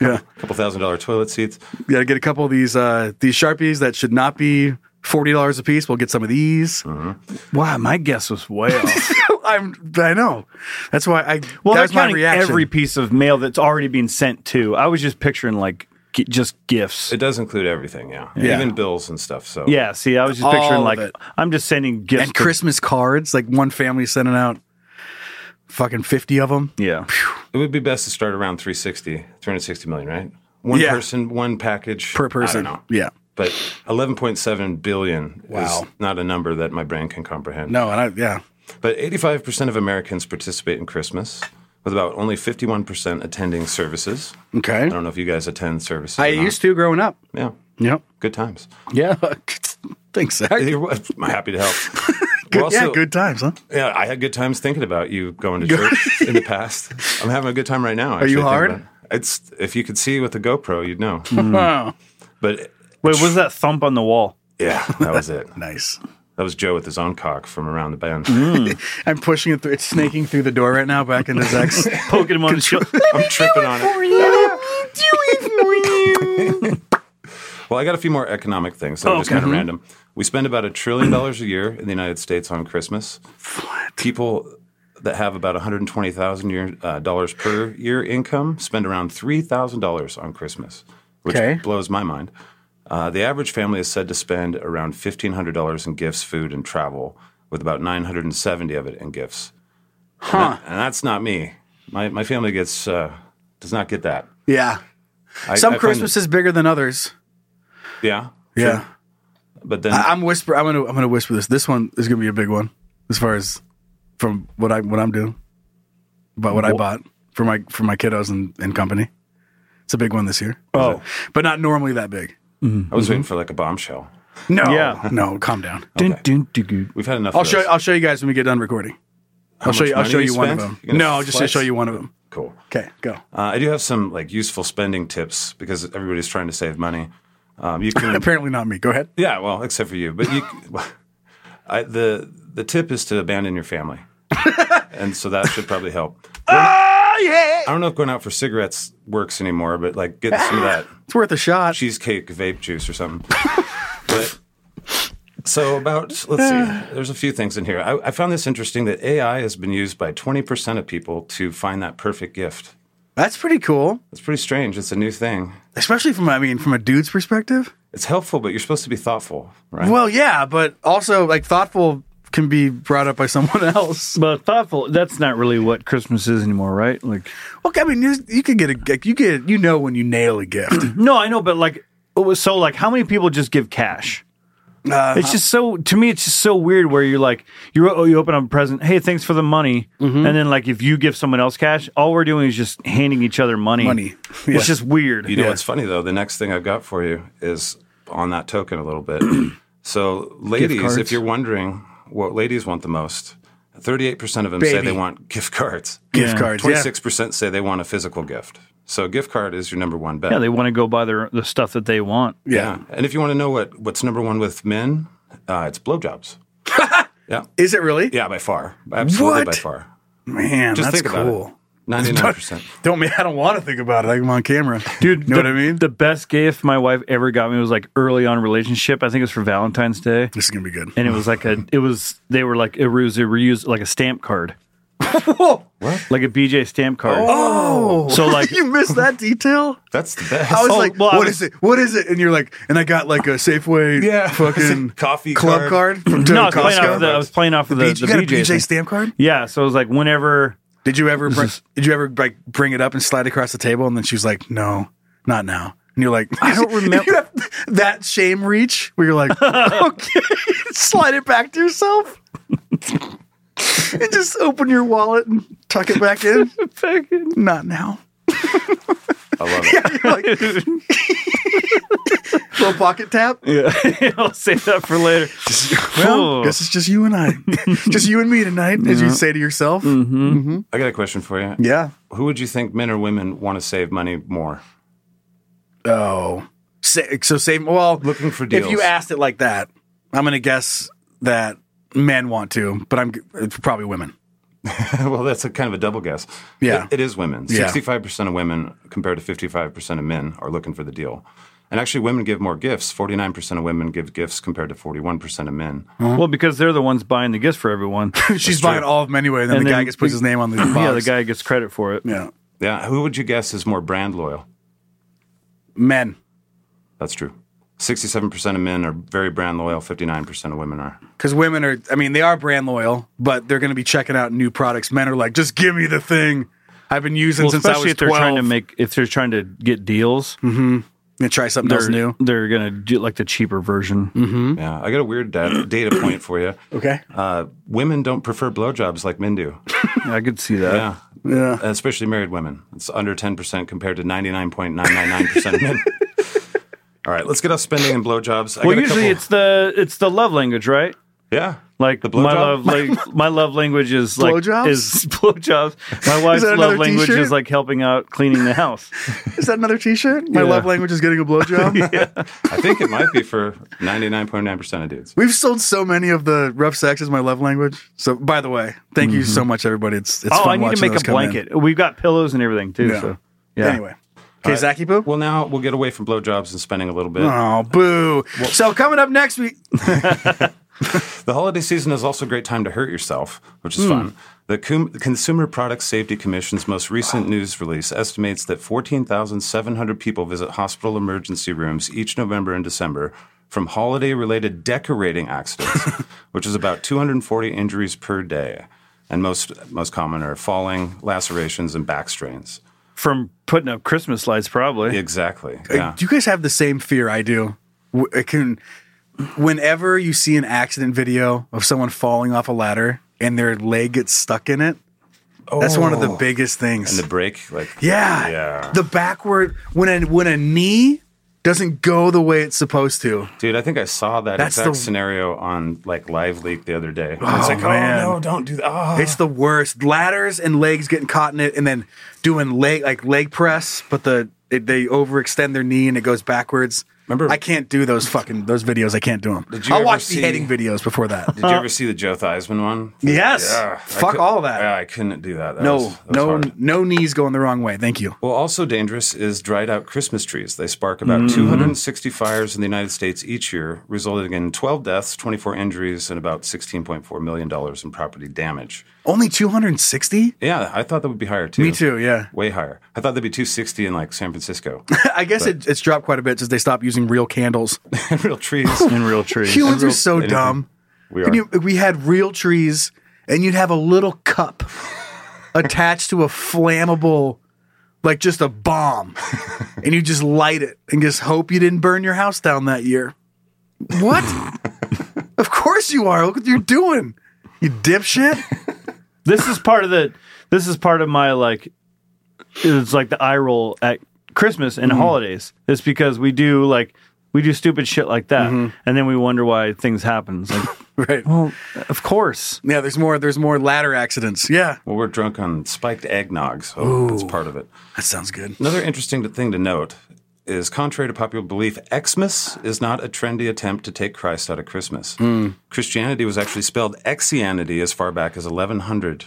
B: yeah.
E: couple thousand dollar toilet seats.
B: Gotta get a couple of these uh, these Sharpies that should not be $40 a piece. We'll get some of these.
E: Uh-huh.
C: Wow, my guess was way off.
B: I'm, I know. That's why I.
C: Well,
B: that
C: that's
B: was my
C: counting
B: reaction.
C: every piece of mail that's already been sent to. I was just picturing like g- just gifts.
E: It does include everything, yeah.
C: Yeah.
E: Even bills and stuff. So
C: Yeah, see, I was just
B: All
C: picturing
B: of
C: like
B: it.
C: I'm just sending gifts.
B: and
C: to-
B: Christmas cards. Like one family sending out fucking 50 of them.
C: Yeah.
E: It would be best to start around 360, 360 million, right? One
B: Yeah.
E: person, one package
B: Per person.
E: I don't know.
B: Yeah.
E: But 11.7 billion
B: Wow.
E: is not a number that my brain can comprehend.
B: No, and I, yeah.
E: But 85% of Americans participate in Christmas, with about only 51% attending services.
B: Okay.
E: I don't know if you guys attend services.
B: I
E: or not.
B: used to growing up.
E: Yeah.
B: Yep.
E: Good times.
B: Yeah. Thanks, Zach.
E: I'm happy to help.
B: Good,
E: We're
B: yeah,
E: also-
B: good times, huh?
E: Yeah, I had good times thinking about you going to church in the past. I'm having a good time right now.
B: Are you
E: actually,
B: hard?
E: thinking about it. It's if you could see with the GoPro, you'd know.
B: Hmm.
C: Mm.
E: But
C: Wait, what was that thump on the wall?
E: yeah, that was it.
B: nice.
E: That was Joe with his own cock from around the bend.
B: I'm pushing it through. It's snaking through the door right now back into Zach's.
C: Poking him on the shoulder.
E: I'm tripping on it. Well, I got a few more economic things that are just
B: Okay.
E: kind of
B: Mhm.
E: random. We spend about a trillion dollars a year in the United States on Christmas. People that have about $120,000 year- uh, dollars per year income spend around $3,000 on Christmas, which
B: Okay.
E: blows my mind. Uh, the average family is said to spend around $1,500 in gifts, food, and travel, with about 970 of it in gifts. Huh. And, that- and that's not me. My, my family gets uh, does not get that.
B: yeah.
E: I-
B: Some
E: I find
B: Christmas is bigger than others.
E: Yeah.
B: Yeah.
E: sure. But then
B: I, I'm whisper. I'm gonna. I'm gonna whisper this. This one is gonna be a big one, as far as from what I what I'm doing, about what I
C: Wha-
B: bought for my for my kiddos and, and company. It's a big one this year.
C: Oh.
B: but not normally that big.
E: I was waiting
B: Mhm.
E: for like a bombshell.
B: No,
C: Yeah.
B: no, calm down.
E: We've had enough.
B: I'll
E: of
B: show.
E: this.
B: I'll show you guys when we get done recording.
E: How
B: I'll show
E: much
B: you. I'll
E: money
B: show
E: you
B: you one of
E: spent?
B: them.
E: You gonna
B: No, I'll just to
E: flex?
B: show you one of them.
E: Cool.
B: Okay, go.
E: Uh, I do have some like useful spending tips because everybody's trying to save money. Um, you can
B: Apparently not me. Go ahead.
E: yeah, well, except for you, but you. I, the the tip is to abandon your family, and so that should probably help.
B: Oh yeah,
E: I don't know if going out for cigarettes works anymore, but like get some of that
B: it's worth a shot.
E: cheesecake vape juice or something. but so about let's see, there's a few things in here. I, I found this interesting that AI has been used by 20% of people to find that perfect gift.
B: That's pretty cool,
E: It's pretty strange. It's a new thing.
B: especially from I mean from a dude's perspective.
E: It's helpful, but you're supposed to be thoughtful, right?
B: Well, yeah, but also like thoughtful can be brought up by someone else.
C: But thoughtful, that's not really what Christmas is anymore, right? Like,
B: Okay, I mean you, you could get a like, you get you know when you nail a gift.
C: no, I know, but like, it was so like, how many people just give cash?
B: Uh,
C: It's just so to me, it's just so weird. Where you're like, you oh, you open up a present, hey, thanks for the money,
B: Mm-hmm.
C: and then like if you give someone else cash, all we're doing is just handing each other money.
B: Money. Yeah.
C: It's just weird.
E: you know what's funny though? The next thing I've got for you is on that token a little bit. so, ladies,
B: cards?
E: if you're wondering what ladies want the most, 38% of them say
B: Baby.
E: they want gift cards.
B: gift cards. yeah.
E: 26% say they want a physical gift. So, a gift card is your number one bet.
C: Yeah, they want to go buy their the stuff that they want.
E: Yeah. And if you want to know what, what's number one with men, uh, it's blowjobs. yeah.
B: Is it really?
E: Yeah, by far. Absolutely by
B: What?
E: far.
B: Man,
E: Just
B: that's
E: think about it.
B: cool.
E: 99%.
B: Don't me. I don't want to think about it. I'm on camera,
C: Dude,
B: Know
C: the,
B: what I mean?
C: The best gift my wife ever got me was like early on in relationship. I think it was for Valentine's Day,
B: This is gonna be good.
C: and it was like a it was they were like it was a reuse like a stamp card, like a BJ stamp card.
B: Oh,
C: So, like-
B: you missed that detail.
E: That's the best.
B: I was
C: Oh,
B: like,
C: well, I
B: "What
C: was-
B: is it? What is it?" And you're like, "And I got like a Safeway,
E: Yeah.
B: fucking
E: Coffee
B: club card,
E: card.
B: from
C: No, I was, playing off
B: Costco."
C: of the, I was playing off of the,
B: Beach-
C: the
B: you got
C: BJ,
B: a BJ
C: thing.
B: stamp card?
C: Yeah, so it was like whenever
B: Did you ever bring, did you ever like bring it up and slide across the table and then she's like, "No, not now." And you're like,
C: I don't remember-
B: You have that shame reach where you're like, "Okay, slide it back to yourself." and just open your wallet and tuck it back in. Not now.
E: I love it.
B: You're like, little pocket tap.
C: I'll save that for later.
B: Well,
C: Oh.
B: guess it's just you and I. just you and me tonight, as you say to yourself.
C: Mm-hmm.
E: I got a question for you.
B: Yeah.
E: Who would you think men or women want to save money more?
B: Oh. Sa- So same. Well,
E: Looking for
B: If
E: deals.
B: you asked it like that, I'm gonna guess that men want to, but I'm g- it's probably women.
E: well, that's a kind of a double guess.
B: Yeah.
E: It- it is women.
B: Yeah.
E: 65% of women compared to 55% of men are looking for the deal. And actually, women give more gifts. 49% of women give gifts compared to 41% of men.
C: Well, because they're the ones buying the gifts for everyone.
B: She's buying all of them anyway, and then
C: And
B: the guy
C: then
B: gets puts
C: we-
B: his name on the box.
C: yeah, the guy gets credit for it.
B: Yeah,
E: Yeah. Who would you guess is more brand loyal?
B: men.
E: That's true. 67% of men are very brand loyal, 59% of women are.
B: Because women are, I mean, they are brand loyal, but they're going to be checking out new products. Men are like, just give me the thing. I I've been using
C: Well,
B: since I
C: especially
B: was
C: if they're trying to
B: twelve.
C: make if they're trying to get deals.
B: Mm-hmm. And try something
C: they're,
B: else new.
C: They're gonna do like the cheaper version.
B: Mm-hmm.
E: Yeah, I got a weird data, data point for you.
B: Okay.
E: Uh, women don't prefer blowjobs like men do.
C: I could see that.
E: Yeah.
B: Yeah.
E: Especially married women. It's under 10% compared to 99.999% of men. All right, let's get off spending and blowjobs. I
C: well,
E: got a
C: usually
E: couple-
C: it's the it's the love language, right?
E: Yeah.
C: Like
E: The
C: my
E: blowjob?
C: love, like my love language is like
B: Blowjobs?
C: is blowjobs. My wife's
B: that
C: love
B: another
C: language
B: t-shirt?
C: is like helping out cleaning the house.
B: Is that another T-shirt? My
C: Yeah.
B: love language is getting a blowjob.
E: I think it might be for 99.9% of dudes.
B: We've sold so many of the rough sex is my love language. So, by the way, thank you so much, everybody. It's, it's
C: Mm-hmm. oh,
B: fun
C: I need to
B: watching
C: make
B: those
C: a
B: come in.
C: blanket. We've got pillows and everything too.
B: Yeah.
C: So yeah.
B: Anyway. Okay, Zachy Poo?
E: Well, now we'll get away from blowjobs and spending a little bit.
B: Oh, boo. so, coming up next week.
E: The holiday season is also a great time to hurt yourself, which is
B: Hmm.
E: fun. The Com- Consumer Product Safety Commission's most recent news release estimates that 14,700 people visit hospital emergency rooms each November and December from holiday related decorating accidents, which is about 240 injuries per day. And most, most common are falling, lacerations, and back strains.
C: From putting up Christmas lights, probably.
E: Exactly.
B: Uh,
E: Yeah.
B: Do you guys have the same fear I do? W- It can, whenever you see an accident video of someone falling off a ladder and their leg gets stuck in it, that's one of the
E: Oh.
B: biggest things.
E: And the break, like
B: Yeah.
E: yeah.
B: The backward when a when a knee doesn't go the way it's supposed to.
E: Dude, I think I saw that
B: That's
E: exact
B: the-
E: scenario on like Live Leak the other day.
B: Oh,
E: it's like,
B: man.
E: oh no, don't do that. Ah.
B: It's the worst. Ladders and legs getting caught in it and then doing leg like leg press, but the it, they overextend their knee and it goes backwards. Remember I can't do those fucking those videos. I can't do them.
E: Did you
B: I'll
E: ever
B: watch
E: see-
B: the heading videos before that.
E: Did you ever see the Joe Theismann one?
B: Yes.
E: I
B: Fuck
E: cou-
B: all that.
E: Yeah, I couldn't do that. That
B: no,
E: was- that was
B: no
E: hard.
B: no knees going the wrong way. Thank you.
E: Well, also dangerous is dried out Christmas trees. They spark about
B: Mm-hmm.
E: 260 fires in the United States each year, resulting in 12 deaths, 24 injuries, and about 16.4 million dollars in property damage.
B: Only 260?
E: Yeah, I thought that would be higher too.
B: Me too, yeah.
E: Way higher. I thought that'd be 260 in like San Francisco.
B: I guess
E: But-
B: it, it's dropped quite a bit since they stopped using real candles.
E: real trees.
C: And real trees.
B: Humans
E: real-
B: are so
E: anything.
B: dumb.
E: We
B: Can
E: are.
B: you- we had real trees, and you'd have a little cup attached to a flammable, like just a bomb, and you just light it and just hope you didn't burn your house down that year. What? of course you are. Look what you're doing, you dipshit.
C: This is part of the. This is part of my like. It's like the eye roll at Christmas
B: Mm-hmm.
C: and holidays. It's because we do like we do stupid shit like that,
B: Mm-hmm.
C: and then we wonder why things happen. It's like,
B: Right.
C: well, of course.
B: Yeah. There's more. There's more ladder accidents. Yeah.
E: Well, we're drunk on spiked eggnog, so that's part of it.
B: That sounds good.
E: Another interesting thing to note is contrary to popular belief, Xmas is not a trendy attempt to take Christ out of Christmas. Christianity was actually spelled Exianity as far back as 1100.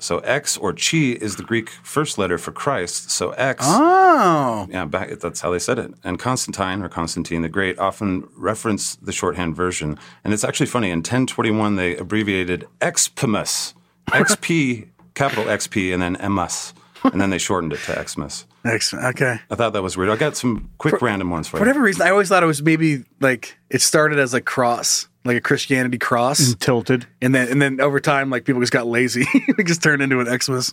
E: So X or Chi is the Greek first letter for Christ. So X,
B: Oh.
E: yeah, back, that's how they said it. And Constantine or Constantine the Great often referenced the shorthand version. And it's actually funny. In 1021, they abbreviated Xpimus, XP, capital XP, and then MS. And then they shortened it to Xmas.
B: Excellent. Okay.
E: I thought that was weird. I got some quick random ones for
B: For whatever reason, I always thought it was maybe like it started as a cross, like a Christianity cross.
C: Tilted.
B: And then and then over time, like people just got lazy. it just turned into an Xmas.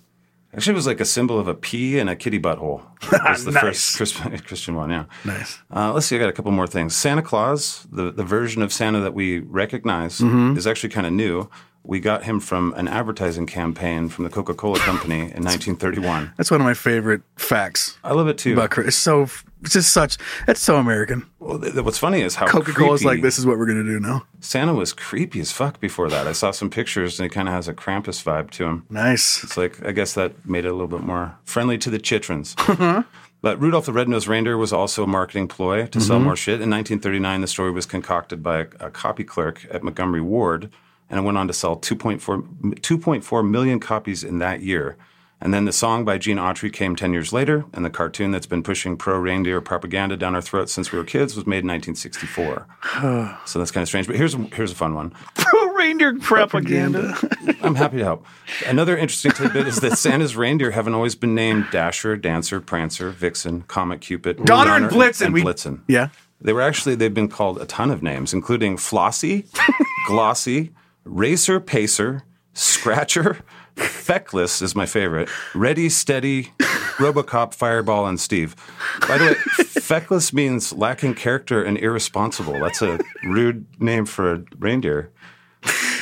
E: you. Actually, it was like a symbol of a pea and a kitty butthole. That was the
B: Nice.
E: first Christian, Christian one, yeah.
B: Nice.
E: Uh, let's see, I got a couple more things. Santa Claus, the, the version of Santa that we recognize,
B: Mm-hmm.
E: is actually kind of new. We got him from an advertising campaign from the Coca Cola Company in 1931.
B: That's one of my favorite facts.
E: I love it too.
B: About Chris. It's so it's just such that's so American.
E: Well, th- th- what's funny is how
B: Coca Cola's
E: creepy-
B: like this is what we're gonna do now.
E: Santa was creepy as fuck before that. I saw some pictures and he kind of has a Krampus vibe to him.
B: Nice.
E: It's like I guess that made it a little bit more friendly to the chitrons. but Rudolph the Red-Nosed Reindeer was also a marketing ploy to sell more shit. In 1939, the story was concocted by a, a copy clerk at Montgomery Ward, and it went on to sell 2.4 2.4 million copies in that year. And then the song by Gene Autry came 10 years later, and the cartoon that's been pushing pro reindeer propaganda down our throats since we were kids was made in 1964. so that's kind of strange. But here's a, here's a fun one.
C: Pro reindeer propaganda.
E: I'm happy to help. Another interesting tidbit is that Santa's reindeer haven't always been named Dasher, Dancer, Prancer, Vixen, Comet, Cupid,
B: Donner and Blitzen. We-
E: Blitzen.
B: Yeah.
E: They were actually they've been called a ton of names, including Flossie, Glossy, Racer, Pacer, Scratcher, Feckless is my favorite. Ready, steady, Robocop, Fireball, and Steve. By the way, feckless means lacking character and irresponsible. That's a rude name for a reindeer.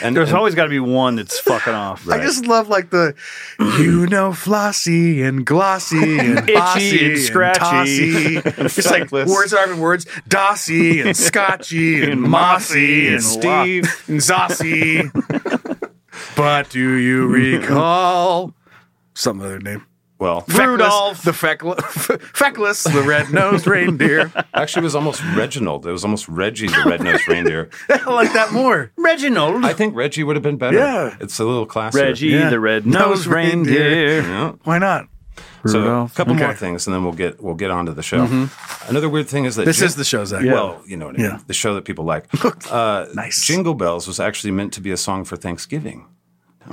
E: And
C: There's always got to be one that's fucking off.
B: I just love like the you know flossy and glossy and
C: Itchy
B: bossy
C: and scratchy.
B: tossy. It's like
C: Feckless.
B: words are in words. Dossy and scotchy and,
C: And
B: mossy and,
C: mossy
B: Steve and zossy. but do you recall some other name?
E: Well,
C: Rudolph.
B: the feckless, feckless, the red-nosed reindeer.
E: Actually, it was almost Reginald. It was almost Reggie, the red-nosed reindeer.
B: I like that more.
C: Reginald.
E: I think Reggie would have been better.
B: Yeah.
E: It's a little classier.
C: Reggie,
E: Yeah.
C: the red-nosed
B: Nose reindeer.
C: reindeer.
E: Yeah.
B: Why not?
E: So a
C: Rudolph.
E: couple more
B: Okay. Mm-hmm.
E: things, and then we'll get we'll get on to the show. Another weird thing is that
B: This is the show, Zach.
E: Well, you know what I mean.
B: Yeah.
E: The show that people like. Uh, nice. Jingle Bells was actually meant to be a song for Thanksgiving.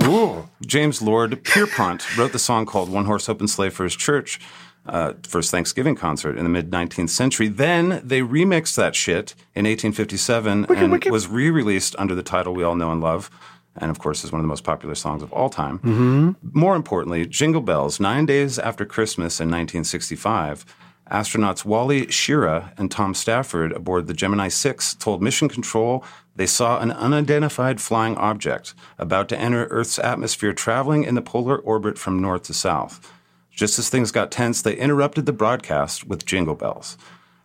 E: Ooh. James Lord Pierpont wrote the song called "One Horse Open Sleigh" for his church. Uh, for his Thanksgiving concert in the mid 19th century. Then they remixed that shit in 1857 and was re released under the title we all know and love. And of course, is one of the most popular songs of all time. More importantly, Jingle Bells, nine days after Christmas in 1965, astronauts Wally Schirra and Tom Stafford aboard the Gemini 6 told Mission Control they saw an unidentified flying object about to enter Earth's atmosphere traveling in the polar orbit from north to south. Just as things got tense, they interrupted the broadcast with Jingle Bells.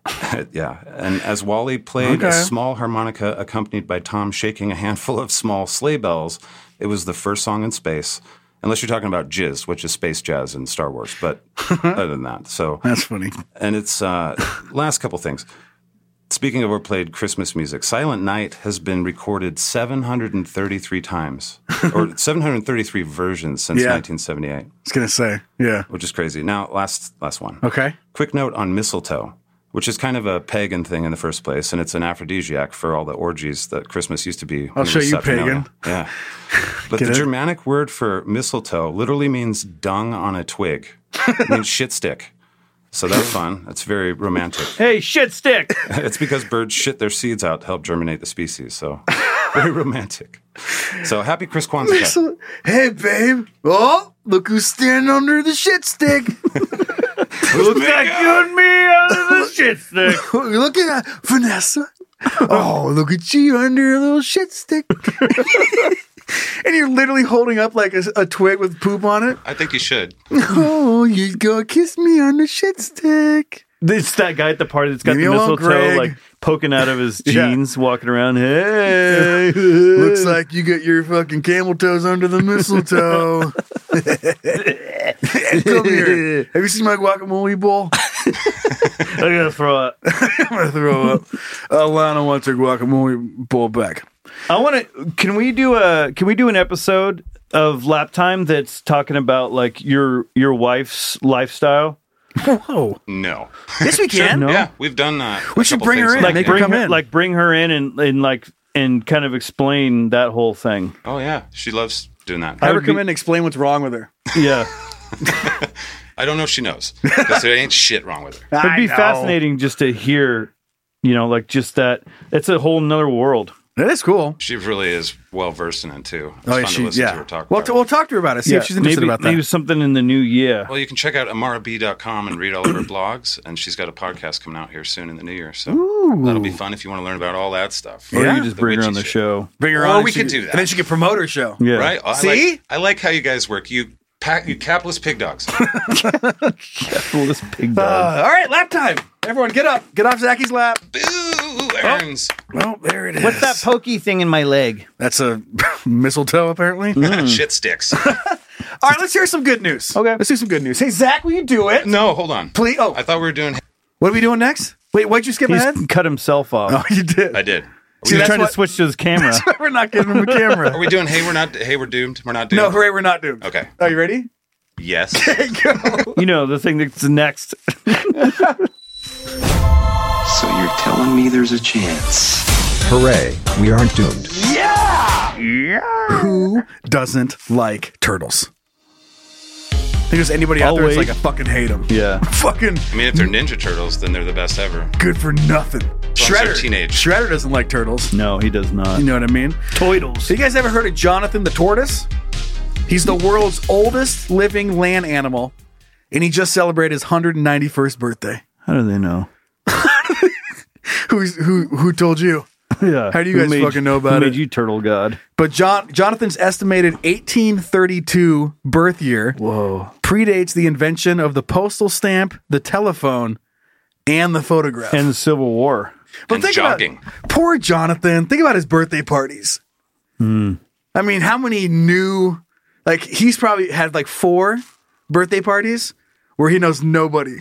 E: yeah. And as Wally played a
B: Okay.
E: small harmonica accompanied by Tom shaking a handful of small sleigh bells, it was the first song in space. Unless you're talking about jizz, which is space jazz in Star Wars, but other than that, so
B: That's funny.
E: and it's uh, last couple things. Speaking of overplayed Christmas music, Silent Night has been recorded 733 times or 733 versions since
B: Yeah.
E: 1978,
B: I was gonna say, yeah.
E: which is crazy. Now, last last one.
B: Okay.
E: Quick note on mistletoe, which is kind of a pagan thing in the first place, and it's an aphrodisiac for all the orgies that Christmas used to be.
B: I'll
E: when it
B: show
E: was
B: you,
E: Saturnalia.
B: pagan.
E: Yeah. But
B: Get
E: the
B: it?
E: Germanic word for mistletoe literally means dung on a twig. It means shit stick. So that's fun. That's very romantic.
C: Hey, shit stick.
E: It's because birds shit their seeds out to help germinate the species. So very romantic. So happy Chris Kwanzaa. Day.
B: So- hey, babe. Oh, look who's standing under the shit stick.
C: Look like you and me under the shit stick.
B: look at that, Vanessa. Oh, look at you under a little shit stick. and you're literally holding up like a, a twig with poop on it.
L: I think you should.
B: Oh, you go kiss me on the shit stick.
C: It's that guy at the party that's got
B: Leave
C: the
B: me alone,
C: mistletoe
B: Greg.
C: like poking out of his
B: Yeah.
C: jeans, walking around. Hey,
B: Looks like you got your fucking camel toes under the mistletoe. Come here. Have you seen my guacamole bowl?
C: I gotta throw it.
B: I'm gonna throw up. Alana wants her guacamole bowl back.
C: I want to. Can we do a? Can we do an episode of Lap Time that's talking about like your your wife's lifestyle?
B: Whoa!
L: No.
B: Yes, we can.
C: No,
L: Yeah, we've done uh, that.
B: We should bring her in.
C: like
B: Make her
C: bring
B: come
C: her,
B: in.
C: like bring her in and and like and kind of explain that whole thing.
L: Oh yeah, she loves doing that.
B: I
C: I
B: her
C: would
B: come
C: be-
B: in and explain what's wrong with her.
C: Yeah,
L: I don't know if she knows because there ain't shit wrong with her.
C: it'd
B: I
C: be
B: know.
C: fascinating just to hear. You know, like just that. It's a whole nother world.
B: That is cool.
L: She really is well versed in it too. It's
B: Oh,
L: fun
B: yeah,
L: to
B: she,
L: listen
B: yeah.
L: to her talk.
B: we'll,
L: about
B: t-
L: it.
B: we'll talk to her about it. See if she's interested
C: maybe,
B: about that.
C: Maybe something in the new year.
L: Well, you can check out amarab.com and read all of her blogs, and she's got a podcast coming out here soon in the new year. So that'll be fun if you want to learn about all that stuff.
C: Or
B: Yeah.
C: you just bring her on
L: witchy
C: the
L: shit.
C: show.
B: Bring her
L: Or
B: on. and
L: we
B: she
L: could do that.
B: and then she could promote her show.
C: Yeah.
L: Right? I
B: See?
L: like, I like how you guys work. You pack, you capless pig dogs.
C: Well, this pig dog.
B: Uh, all right, lap time. Everyone, get up. Get off Zacky's lap. Oh.
L: Boo, Aaron's.
B: Well, there it is.
C: What's that pokey thing in my leg?
B: That's a mistletoe, apparently.
L: shit sticks.
B: All right, let's hear some good news. Okay. Let's do some good news. Hey, Zach, will you do it?
L: no, hold on.
B: Please. Oh,
L: I thought we were doing.
B: what are we doing next? Wait, why'd you skip
C: He's
B: ahead?
C: cut himself off.
B: Oh, you did.
L: I did.
C: He's
B: that's
C: trying
B: what-
C: to switch to his camera.
B: We're not giving him a
L: Are
B: camera.
L: we doing? Hey, we're not. Hey, we're doomed. We're not doomed.
B: no, hooray, we're not doomed.
L: Okay.
B: Are you ready?
L: Yes.
C: you know, the thing that's next.
M: So you're telling me there's a chance?
N: Hooray, we aren't doomed.
B: Who doesn't like turtles? I think there's anybody out there
C: Always.
B: that's like, I fucking hate them.
C: Yeah.
B: Fucking
L: I mean, if they're Ninja Turtles, then they're the best ever.
B: good for nothing.
L: they're
B: Shredder.
L: teenage.
B: Shredder doesn't like turtles.
C: No, he does not.
B: You know what I mean?
C: Toidles.
B: So you guys ever heard of Jonathan the tortoise? He's the world's oldest living land animal, and he just celebrated his 191st birthday.
C: How do they know?
B: Who's who? Who told you?
C: Yeah.
B: How do you
C: Who
B: guys
C: made-
B: fucking know
C: who
B: about
C: made
B: it?
C: you turtle god?
B: But John Jonathan's estimated 1832 birth year.
C: Whoa.
B: Predates the invention of the postal stamp, the telephone, and the photograph.
C: And the Civil War.
B: But
L: And
B: think
L: jogging.
B: about poor Jonathan. Think about his birthday parties. I mean, how many new like he's probably had like four birthday parties where he knows nobody.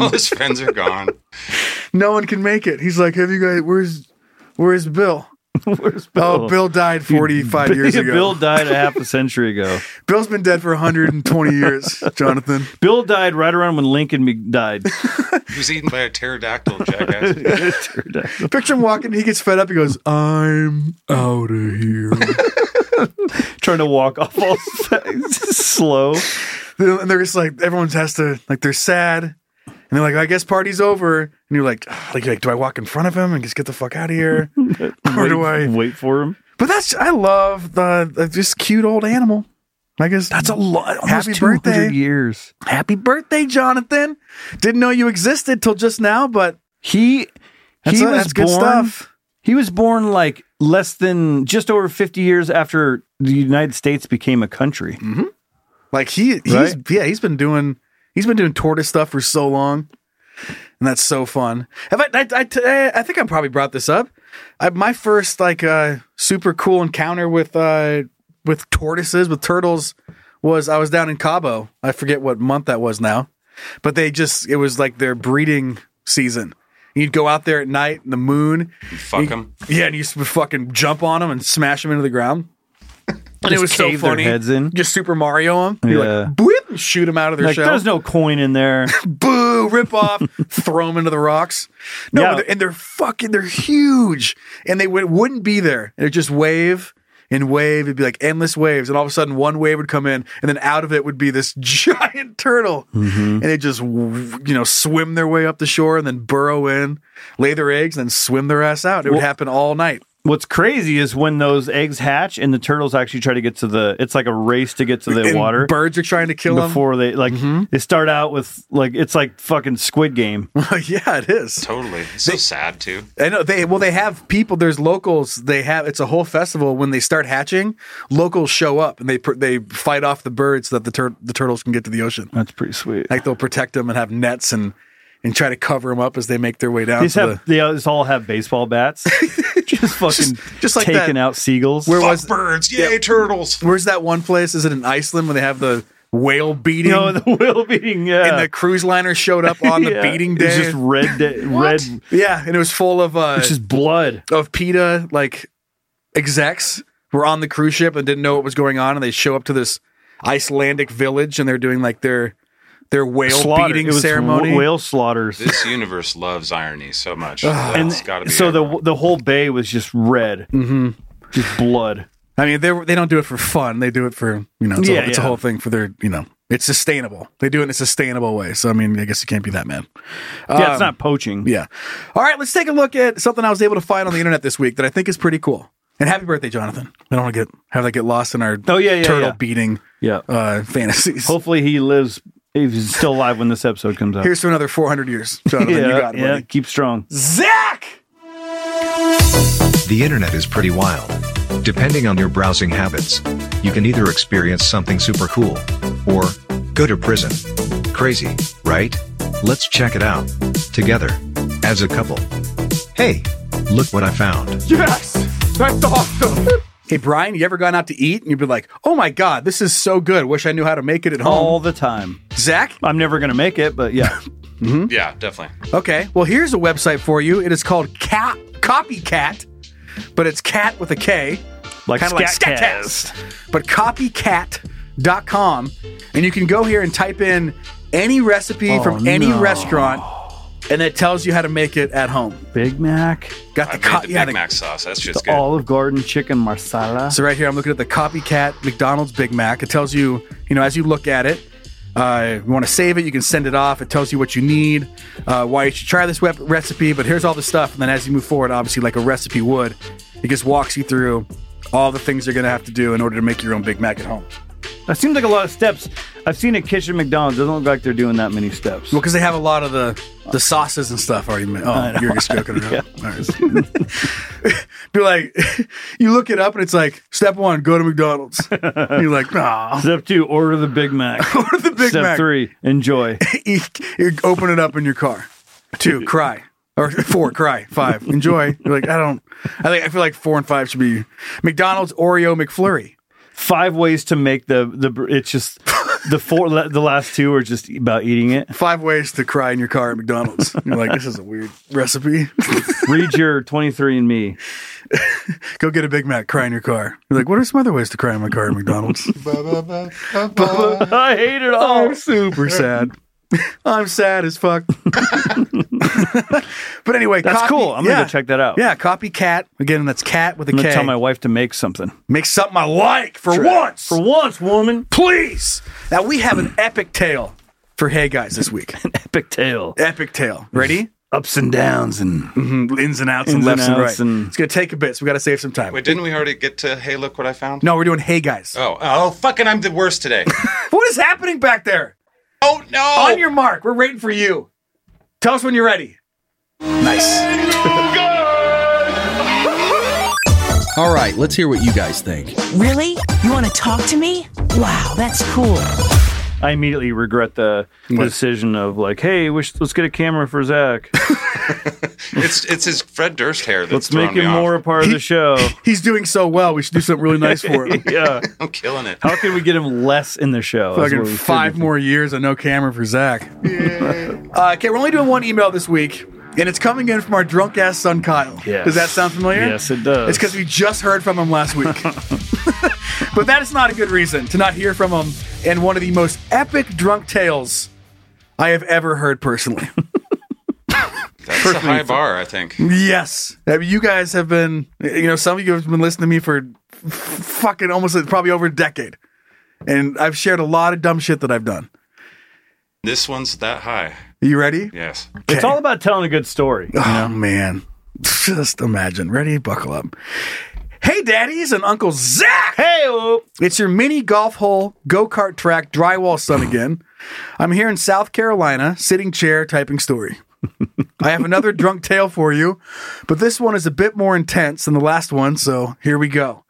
L: All his friends are gone.
B: No one can make it. He's like, have you guys where's where's Bill?
C: Where's
B: Oh, Bill died 45 years ago.
C: Bill died a half a century ago.
B: Bill's been dead for 120 years, Jonathan.
C: Bill died right around when Lincoln be- died.
L: He was eaten by a pterodactyl, jackass.
B: Picture him walking, he gets fed up, he goes, I'm out of here.
C: Trying to walk off all slow.
B: and they're just like, everyone has to, like, they're sad. And they're like, I guess party's over. And you're like, "Ugh," like, you're like do I walk in front of him and just get the fuck out of here? or do I?
C: Wait for him.
B: But that's, I love the, the just cute old animal. I guess that's a lot. Happy birthday.
C: years.
B: Happy birthday, Jonathan. Didn't know you existed till just now, but
C: He
B: That's
C: he
B: a-
C: was
B: that's
C: born.
B: good stuff.
C: He was born like less than just over fifty years after the United States became a country.
B: Mm-hmm. Like he, he's
C: Right?
B: yeah, he's been doing he's been doing tortoise stuff for so long, and that's so fun. Have I? I, I, I- I think I probably brought this up. I, my first like uh, super cool encounter with uh, with tortoises with turtles was I was down in Cabo. I forget what month that was now, but they just it was like their breeding season. You'd go out there at night in the moon.
L: Fuck
B: you-
L: him.
B: Yeah, and you used to fucking jump on them and smash them into the ground. And it
C: Just
B: was so
C: cave their
B: funny.
C: heads in.
B: Just Super Mario them. You're
C: Yeah.
B: like, boop, and shoot them out of their
C: Like
B: shell.
C: there's no coin in there.
B: Boo, rip off, throw them into the rocks. No,
C: Yeah.
B: and they're- and they're fucking, they're huge. And they would, wouldn't be there. It'd just wave and wave. It'd be like endless waves. And all of a sudden, one wave would come in, and then out of it would be this giant turtle.
C: Mm-hmm.
B: And they just, w- you know, swim their way up the shore and then burrow in, lay their eggs, and then swim their ass out. It would
C: Well-
B: happen all night.
C: What's crazy is when those eggs hatch and the turtles actually try to get to the. It's like a race to get to the
B: And
C: water.
B: Birds are trying to kill them.
C: before they like
B: Mm-hmm.
C: they start out with like it's like fucking Squid Game.
B: yeah, it is.
L: Totally. It's so sad too.
B: I know they well they have people. There's locals. They have it's a whole festival. When they start hatching, locals show up and they pr- they fight off the birds so that the tur- the turtles can get to the ocean.
C: That's pretty sweet.
B: Like they'll protect them and have nets and and try to cover them up as they make their way down.
C: These
B: to
C: have they just all have baseball bats, just fucking
B: Just-
C: just,
B: just like
C: taking
B: that.
C: out seagulls.
B: Where
L: Fuck
B: was-
L: birds. Yay, turtles.
B: the, where's that one place? Is it in Iceland when they have the whale beating?
C: you know the whale beating? Yeah,
B: and the cruise liner showed up on the
C: Yeah.
B: beating
C: It's
B: day. Uh,
C: just red, da- red.
B: yeah, and it was full of uh,
C: It's just blood.
B: of PETA like execs were on the cruise ship and didn't know what was going on, and they show up to this Icelandic village and they're doing like their their whale
C: Slaughter. It
B: beating
C: was
B: ceremony.
C: wh- Whale slaughters.
L: This universe loves irony so much.
C: And
L: it's got to be
C: so
L: everywhere.
C: the the whole bay was just red,
B: hmm
C: just blood.
B: I mean, they they don't do it for fun. They do it for you know, it's, a,
C: Yeah,
B: it's a
C: yeah.
B: whole thing for their you know, it's sustainable. They do it in a sustainable way. So I mean, I guess you can't be that mad.
C: Yeah, it's
B: Um,
C: not poaching.
B: Yeah. All right, let's take a look at something I was able to find on the internet this week that I think is pretty cool. And happy birthday, Jonathan! I don't want to get have that get lost in our
C: Oh, yeah, yeah,
B: turtle
C: yeah.
B: beating
C: yeah.
B: uh, fantasies.
C: Hopefully he lives. He's still alive when this episode comes out.
B: Here's to another 400 years, Jonathan.
C: yeah,
B: you got it,
C: yeah.
B: buddy.
C: Keep strong.
B: Zach!
N: The internet is pretty wild. Depending on your browsing habits, you can either experience something super cool or go to prison. Crazy, right? Let's check it out together as a couple. Hey, look what I found.
B: Yes! That's awesome! Hey, Brian, you ever gone out to eat and you'd be like, oh my God, this is so good. Wish I knew how to make it at home.
C: all the time.
B: Zach?
C: I'm never gonna make it, but yeah,
L: yeah, definitely.
B: Okay, well, here's a website for you. It is called Cat Copycat, but it's cat with a K.
C: like
B: Kinda like
C: Scatcast.
B: but copycat.com. And you can go here and type in any recipe from any
C: no.
B: restaurant, and it tells you how to make it at home.
C: Big Mac,
B: Got
L: I
B: the,
L: made
B: co-
L: the Big
B: yeah, the-
L: Mac sauce. That's just
C: the
L: good.
C: Olive Garden chicken marsala.
B: So right here, I'm looking at the copycat McDonald's Big Mac. It tells you, you know, as you look at it, uh, you want to save it, you can send it off. It tells you what you need, uh, why you should try this wep- recipe. But here's all the stuff, and then as you move forward, obviously, like a recipe would, it just walks you through all the things you're going to have to do in order to make your own Big Mac at home.
C: That seems like a lot of steps. I've seen a kitchen McDonald's. Doesn't look like they're doing that many steps.
B: Well, because they have a lot of the the sauces and stuff already made.
C: I
B: Oh,
C: know.
B: you're just joking around. All right. Be like, you look it up and it's like step one, go to McDonald's. And you're like, nah.
C: Step two, order the Big Mac.
B: order the Big
C: Step
B: Mac.
C: three, enjoy.
B: Eat- you open it up in your car. Two, cry. Or four, cry. Five, enjoy. You're like, I don't. I think I feel like four and five should be McDonald's Oreo McFlurry.
C: Five ways to make the the. br- It's just the four. la- the last two are just about eating it.
B: Five ways to cry in your car at McDonald's. You're like, this is a weird recipe.
C: Read your twenty three and Me.
B: Go get a Big Mac, cry in your car. You're like, what are some other ways to cry in my car at McDonald's?
C: I hate it all.
B: I'm Uh, oh, super sad. I'm sad as fuck. but anyway,
C: That's
B: copy-
C: cool. I'm gonna
B: yeah.
C: go check that out.
B: Yeah, copycat. Again, that's cat with a
C: I'm
B: K.
C: gonna tell my wife to make something.
B: Make something I like for
C: That's right.
B: once.
C: For once, woman.
B: Please. Now we have an epic tale for Hey Guys this week.
C: Epic tale.
B: epic tale. Ready?
C: Ups and downs and
B: Mhm. Ins and outs and
C: Ins and
B: lefts and,
C: outs
B: right.
C: and-
B: It's gonna take a bit, so we gotta save some time.
L: Wait, didn't we already get to? Hey, look what I found.
B: No, we're doing Hey Guys.
L: Oh, oh, fucking! I'm the worst today.
B: What is happening back there?
L: oh no!
B: On your mark, we're waiting for you. Tell us when you're ready. Nice.
O: All right, let's hear what you guys think.
D: Really? You want to talk to me? Wow, that's cool.
C: I immediately regret the decision of like, hey, we should, let's get a camera for Zach.
L: It's it's his Fred Durst hair. That's
C: Let's make
L: throwing me
C: him
L: off.
C: more a part of the show.
B: He's doing so well. We should do something really nice for him.
C: yeah.
L: I'm killing it.
C: How can we get him less in the show? That's
B: Fucking
C: what we should
B: five
C: do.
B: more years and no camera for Zach. Uh, okay, we're only doing one email this week, and it's coming in from our drunk ass son Kyle.
C: Yes.
B: Does that sound familiar?
C: Yes, it does.
B: It's because we just heard from him last week. but that is not a good reason to not hear from him in one of the most epic drunk tales I have ever heard personally.
L: That's a high bar, I think.
B: yes. I mean, you guys have been, you know, some of you have been listening to me for f- fucking almost probably over a decade. And I've shared a lot of dumb shit that I've done.
L: This one's that high.
B: You ready?
L: Yes.
C: It's all about telling a good story.
B: Oh man. Just imagine. Ready? Buckle up. Hey daddies and Uncle Zach!
C: Hey
B: It's your mini golf hole, go-kart track, drywall son again. I'm here in South Carolina, sitting chair typing story. I have another drunk tale for you, but this one is a bit more intense than the last one, so here we go.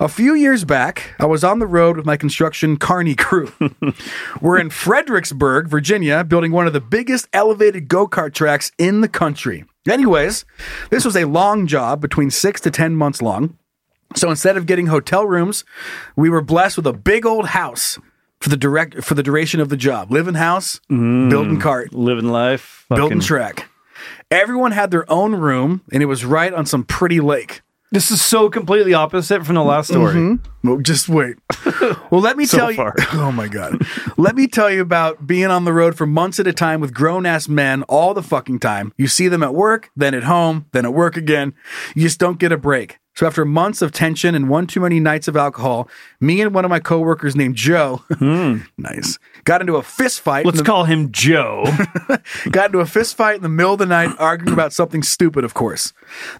B: A few years back, I was on the road with my construction carney crew. We're in Fredericksburg, Virginia, building one of the biggest elevated go kart tracks in the country. Anyways, this was a long job, between six to 10 months long. So instead of getting hotel rooms, we were blessed with a big old house for the direct for the duration of the job. Live in house, build in cart,
C: Living life.
B: build in
C: fucking-
B: track. Everyone had their own room, and it was right on some pretty lake.
C: This is so completely opposite from the last
B: Mm-hmm.
C: story.
B: Well, just wait. Well, let me
C: So
B: tell
C: far.
B: you. Oh my god. let me tell you about being on the road for months at a time with grown ass men all the fucking time. You see them at work, then at home, then at work again. You just don't get a break. So after months of tension and one too many nights of alcohol, me and one of my coworkers named Joe, nice, got into a fist fight. in
C: Hmm. Let's
B: the-
C: call him Joe.
B: got into a fist fight in the middle of the night, arguing about something stupid, of course.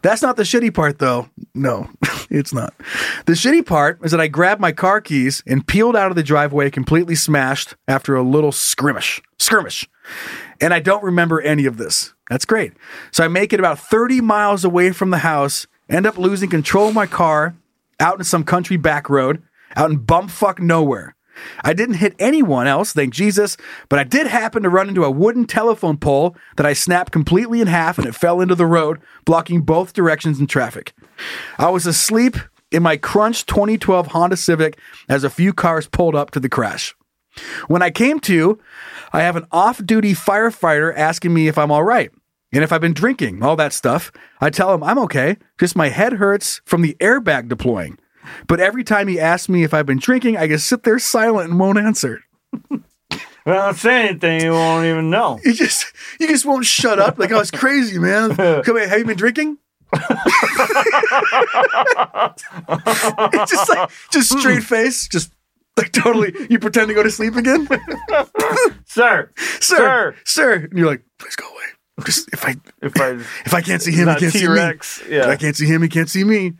B: That's not the shitty part, though. No, it's not. The shitty part is that I grabbed my car keys and peeled out of the driveway completely smashed after a little skirmish. Skirmish. And I don't remember any of this. That's great. So I make it about 30 miles away from the house, end up losing control of my car out in some country back road, out in bumfuck nowhere. I didn't hit anyone else, thank Jesus, but I did happen to run into a wooden telephone pole that I snapped completely in half and it fell into the road, blocking both directions in traffic. I was asleep in my crunch 2012 Honda Civic as a few cars pulled up to the crash. When I came to, I have an off duty firefighter asking me if I'm all right and if I've been drinking, all that stuff. I tell him I'm okay, just my head hurts from the airbag deploying. But every time he asks me if I've been drinking, I just sit there silent and won't answer.
C: well, I'm saying anything you won't even know.
B: You just you just won't shut up. Like, oh, it's crazy, man. Come here, have you been drinking? it's just like just straight face, just like totally. You pretend to go to sleep again,
C: Sir.
B: sir, sir, and you're like, please go away. Just if I
C: if I
B: if I can't see him, he
C: Not
B: can't
C: T-Rex,
B: see me.
C: yeah.
B: If I can't see him, he can't see me.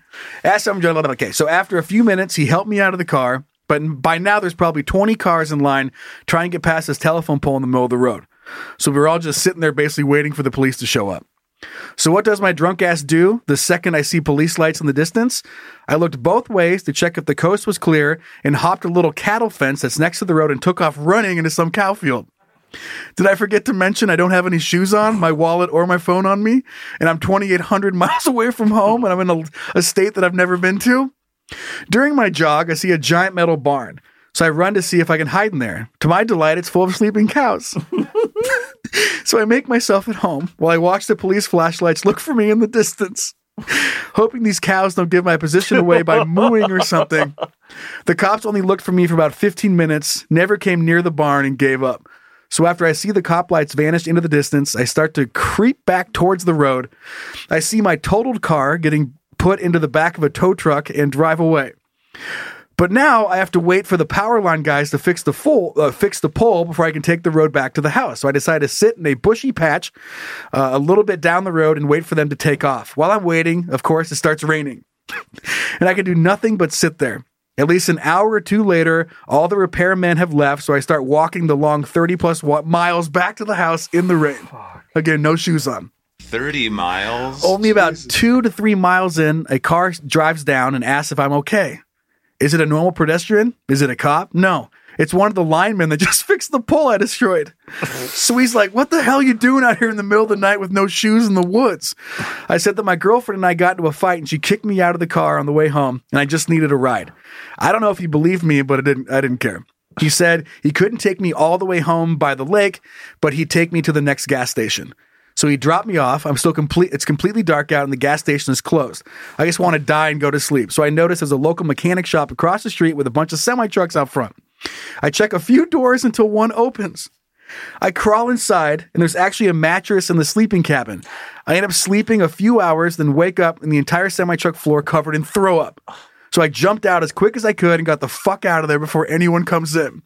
B: Ask him, John. Okay, so after a few minutes, he helped me out of the car, but by now there's probably 20 cars in line trying to get past this telephone pole in the middle of the road. So we were all just sitting there, basically waiting for the police to show up. So what does my drunk ass do the second I see police lights in the distance? I looked both ways to check if the coast was clear and hopped a little cattle fence that's next to the road and took off running into some cow field. Did I forget to mention I don't have any shoes on, my wallet, or my phone on me? And I'm 2,800 miles away from home and I'm in a, a state that I've never been to? During my jog, I see a giant metal barn. So I run to see if I can hide in there. To my delight, it's full of sleeping cows. so I make myself at home while I watch the police flashlights look for me in the distance, hoping these cows don't give my position away by mooing or something. The cops only looked for me for about 15 minutes, never came near the barn, and gave up. So after I see the cop lights vanish into the distance, I start to creep back towards the road. I see my totaled car getting put into the back of a tow truck and drive away. But now I have to wait for the power line guys to fix the full, uh, fix the pole before I can take the road back to the house. So I decide to sit in a bushy patch uh, a little bit down the road and wait for them to take off. While I'm waiting, of course, it starts raining, and I can do nothing but sit there. At least an hour or two later, all the repairmen have left, so I start walking the long 30 plus wa- miles back to the house in the rain. Again, no shoes on.
L: 30 miles?
B: Only about two to three miles in, a car drives down and asks if I'm okay. Is it a normal pedestrian? Is it a cop? No. It's one of the linemen that just fixed the pole I destroyed. so he's like, What the hell you doing out here in the middle of the night with no shoes in the woods? I said that my girlfriend and I got into a fight and she kicked me out of the car on the way home and I just needed a ride. I don't know if he believed me, but I didn't I didn't care. He said he couldn't take me all the way home by the lake, but he'd take me to the next gas station. So he dropped me off. I'm still complete. It's completely dark out, and the gas station is closed. I just want to die and go to sleep. So I notice there's a local mechanic shop across the street with a bunch of semi trucks out front. I check a few doors until one opens. I crawl inside, and there's actually a mattress in the sleeping cabin. I end up sleeping a few hours, then wake up, and the entire semi truck floor covered in throw up. So I jumped out as quick as I could and got the fuck out of there before anyone comes in.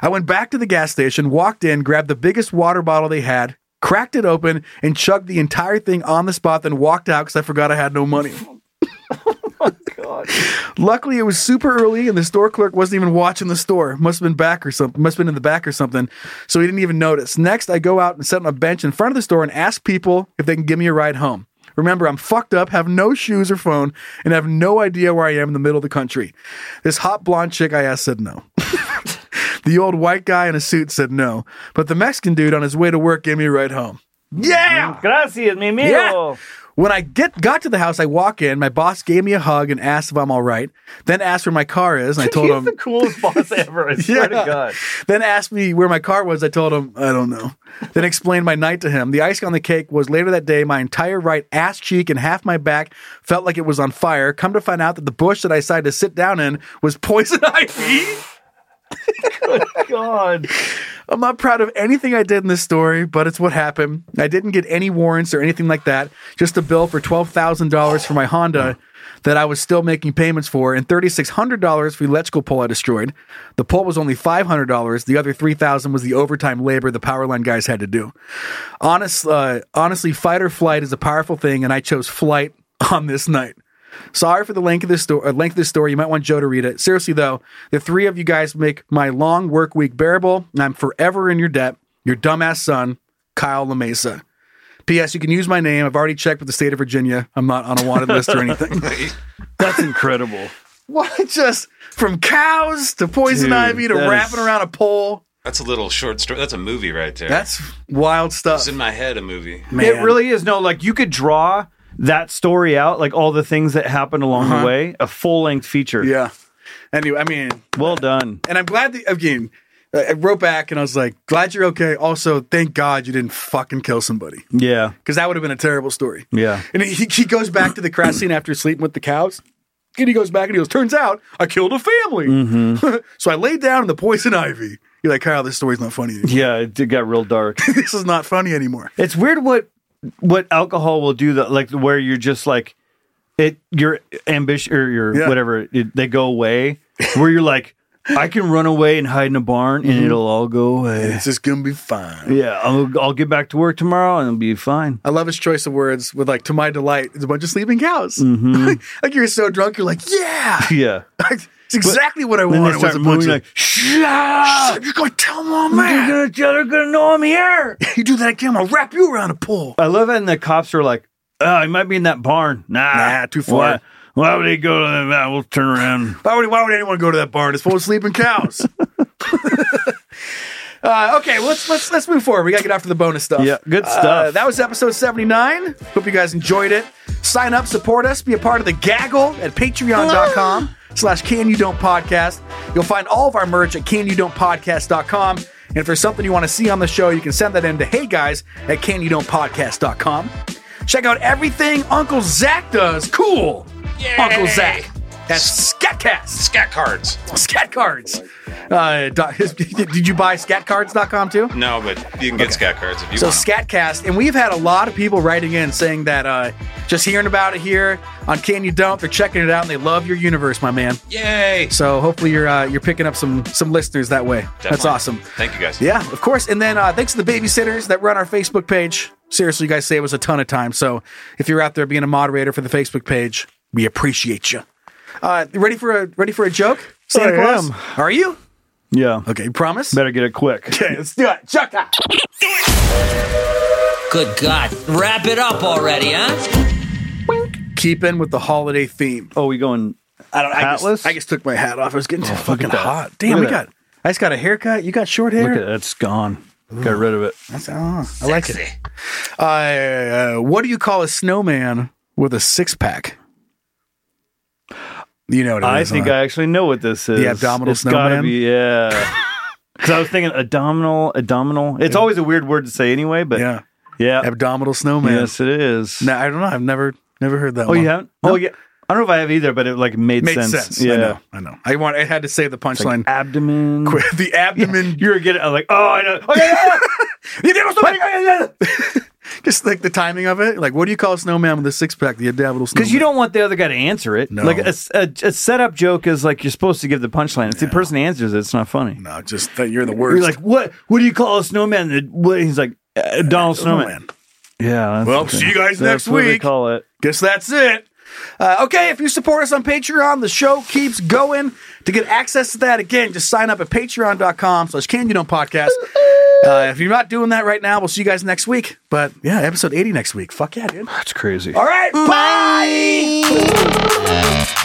B: I went back to the gas station, walked in, grabbed the biggest water bottle they had, cracked it open, and chugged the entire thing on the spot, then walked out because I forgot I had no money. Luckily, it was super early, and the store clerk wasn't even watching the store. Must have been back or something. Must have been in the back or something. So he didn't even notice. Next, I go out and sit on a bench in front of the store and ask people if they can give me a ride home. Remember, I'm fucked up, have no shoes or phone, and have no idea where I am in the middle of the country. This hot blonde chick I asked said no. the old white guy in a suit said no, but the Mexican dude on his way to work gave me a ride home. Yeah.
C: Gracias, mi amigo.
B: Yeah. When I get got to the house, I walk in. My boss gave me a hug and asked if I'm all right. Then asked where my car is, and I told
C: He's
B: him
C: the coolest boss ever. I swear to God.
B: Then asked me where my car was. I told him, I don't know. Then explained my night to him. The icing on the cake was later that day, my entire right ass cheek and half my back felt like it was on fire. Come to find out that the bush that I decided to sit down in was poison ivy.
C: God.
B: I'm not proud of anything I did in this story, but it's what happened. I didn't get any warrants or anything like that. Just a bill for twelve thousand dollars for my Honda that I was still making payments for, and thirty six hundred dollars for the electrical pole I destroyed. The pole was only five hundred dollars. The other three thousand was the overtime labor the power line guys had to do. Honest, uh, honestly, fight or flight is a powerful thing, and I chose flight on this night. Sorry for the length of this story. Length of this story. You might want Joe to read it. Seriously though, the three of you guys make my long work week bearable, and I'm forever in your debt. Your dumbass son, Kyle Lamesa. P.S. You can use my name. I've already checked with the state of Virginia. I'm not on a wanted list or anything.
C: That's incredible.
B: What? Just from cows to poison
L: Dude,
B: ivy to
L: that
B: wrapping
L: is-
B: around a pole.
L: That's a little short story. That's a movie right there.
B: That's wild stuff.
L: It's in my head, a movie.
C: It really is. No, like you could draw that story out, like all the things that happened along
B: Uh-huh.
C: the way, a full length feature.
B: Yeah. Anyway, I mean,
C: well done.
B: And I'm glad that again. I I wrote back and I was like, "Glad you're okay." Also, thank God you didn't fucking kill somebody
C: Yeah.
B: because that would have been a terrible story.
C: Yeah.
B: And he, he goes back to the crash scene after sleeping with the cows. And he goes back and he goes, Turns out I killed a family.
C: Mm-hmm.
B: so I laid down in the poison ivy. You're like, Kyle, this story's not funny anymore.
C: Yeah. It did- got real dark.
B: this is not funny anymore.
C: It's weird what what alcohol will do that like where you're just like it your ambition or your
B: Yeah.
C: whatever it, they go away where you're like I can run away and hide in a barn, and
B: Mhm.
C: it'll all go away.
B: It's just gonna be fine.
C: Yeah, I'll, I'll get back to work tomorrow, and it'll be fine.
B: I love his choice of words with like, to my delight, it's a bunch of sleeping cows.
C: Mm-hmm.
B: like you're so drunk, you're like, yeah,
C: Yeah.
B: it's exactly what I
C: Then they
B: wanted.
C: start
B: was a bunch
C: moving
B: of-
C: like, shut up!
B: You're gonna tell
C: They're
B: mom, man.
C: gonna- They're gonna know I'm here.
B: you do that again, I'll wrap you around a pole.
C: I love it, and the cops are like, "Oh, he might be in that barn." Nah,
B: Nah, too far.
C: Why, why would he go to that? barn? We'll turn around.
B: Why would, why would anyone go to that barn? It's full of sleeping cows. uh, okay, let's let's let's move forward. We gotta get after the bonus stuff.
C: Yeah, good
B: Uh,
C: stuff.
B: that was episode seventy nine. Hope you guys enjoyed it. Sign up, support us, be a part of the gaggle at patreon.com slash can you don't podcast. You'll find all of our merch at can you don't podcast.com. And if there's something you want to see on the show, you can send that in to hey guys at can you don't podcast.com. Check out everything Uncle Zach does. Cool. Uncle Zach. That's Scatcast.
E: Scat cards.
B: Scat cards. Uh, dot- did you buy scatcards.com too?
E: No, but you can get scat cards if you
B: So
E: want. 'em.
B: Scatcast, and we've had a lot of people writing in saying that uh, just hearing about it here on Can You Don't, they're checking it out and they love your universe, my man.
E: Yay!
B: So hopefully you're uh, you're picking up some some listeners that way. That's
E: Definitely.
B: awesome.
E: Thank you guys.
B: Yeah, of course. And then uh, thanks to the babysitters that run our Facebook page. Seriously, you guys save us a ton of time. So if you're out there being a moderator for the Facebook page, we appreciate you. Uh, ready for a ready for a joke? Santa
C: I
B: Claus,
C: am.
B: are you?
C: Yeah.
B: Okay, promise.
C: Better get it quick.
B: Okay, let's do it. Chuck that.
P: Good God. Wrap it up already, huh?
B: Keep in with the holiday theme.
C: Oh, we going?
B: I don't. I just,
C: Hatless? Oh,
B: I just took my hat off. I was getting too
C: Look
B: fucking
C: at that.
B: hot. Damn,
C: Look
B: we
C: at
B: got. I just got a haircut. You got short
C: that.
B: hair.
C: Look at that. It's gone. Got rid of it.
B: That's, oh, I like it. Uh, uh, what do you call a snowman with a six pack? You know what it
C: I
B: is,
C: think
B: huh?
C: I actually know what this is.
B: abdominal
C: It's gotta
B: snowman?
C: be, yeah. Because I was thinking abdominal, abdominal. It's always a weird word to say anyway, but
B: Yeah.
C: yeah.
B: Abdominal snowman.
C: Yes, it is.
B: No, I don't know. I've never never heard that.
C: Oh,
B: one.
C: you haven't? Oh, yeah. I don't know if I have either, but it like made,
B: Made
C: sense.
B: sense.
C: Yeah.
B: I know. I know. I want. I had to say the
C: It's like
B: punchline.
C: abdomen.
B: Quit the abdomen.
C: You were getting I'm like, oh, I know. Okay, yeah.
B: You did something- Just like the timing of it. Like, what do you call a snowman with a six pack? The abdominal snowman.
C: Because you don't want the other guy to answer it.
B: No.
C: Like a, s- a- a setup joke is like you're supposed to give the punchline. If the person answers it, it's not funny.
B: No, just that you're the worst.
C: You're like, what? What do you call a snowman? that- What? He's like, uh, Donald Snowman. Yeah. that's
B: Well,
C: the thing.
B: see you guys
C: That's
B: next
C: what they
B: week.
C: call it.
B: Guess that's it. Uh, okay, if you support us on Patreon, the show keeps going. To get access to that, again, just sign up at patreon.com slash Can You Know podcast. Uh, if you're not doing that right now, we'll see you guys next week. But yeah, episode 80 next week. Fuck yeah, dude.
C: That's crazy.
B: All right, bye.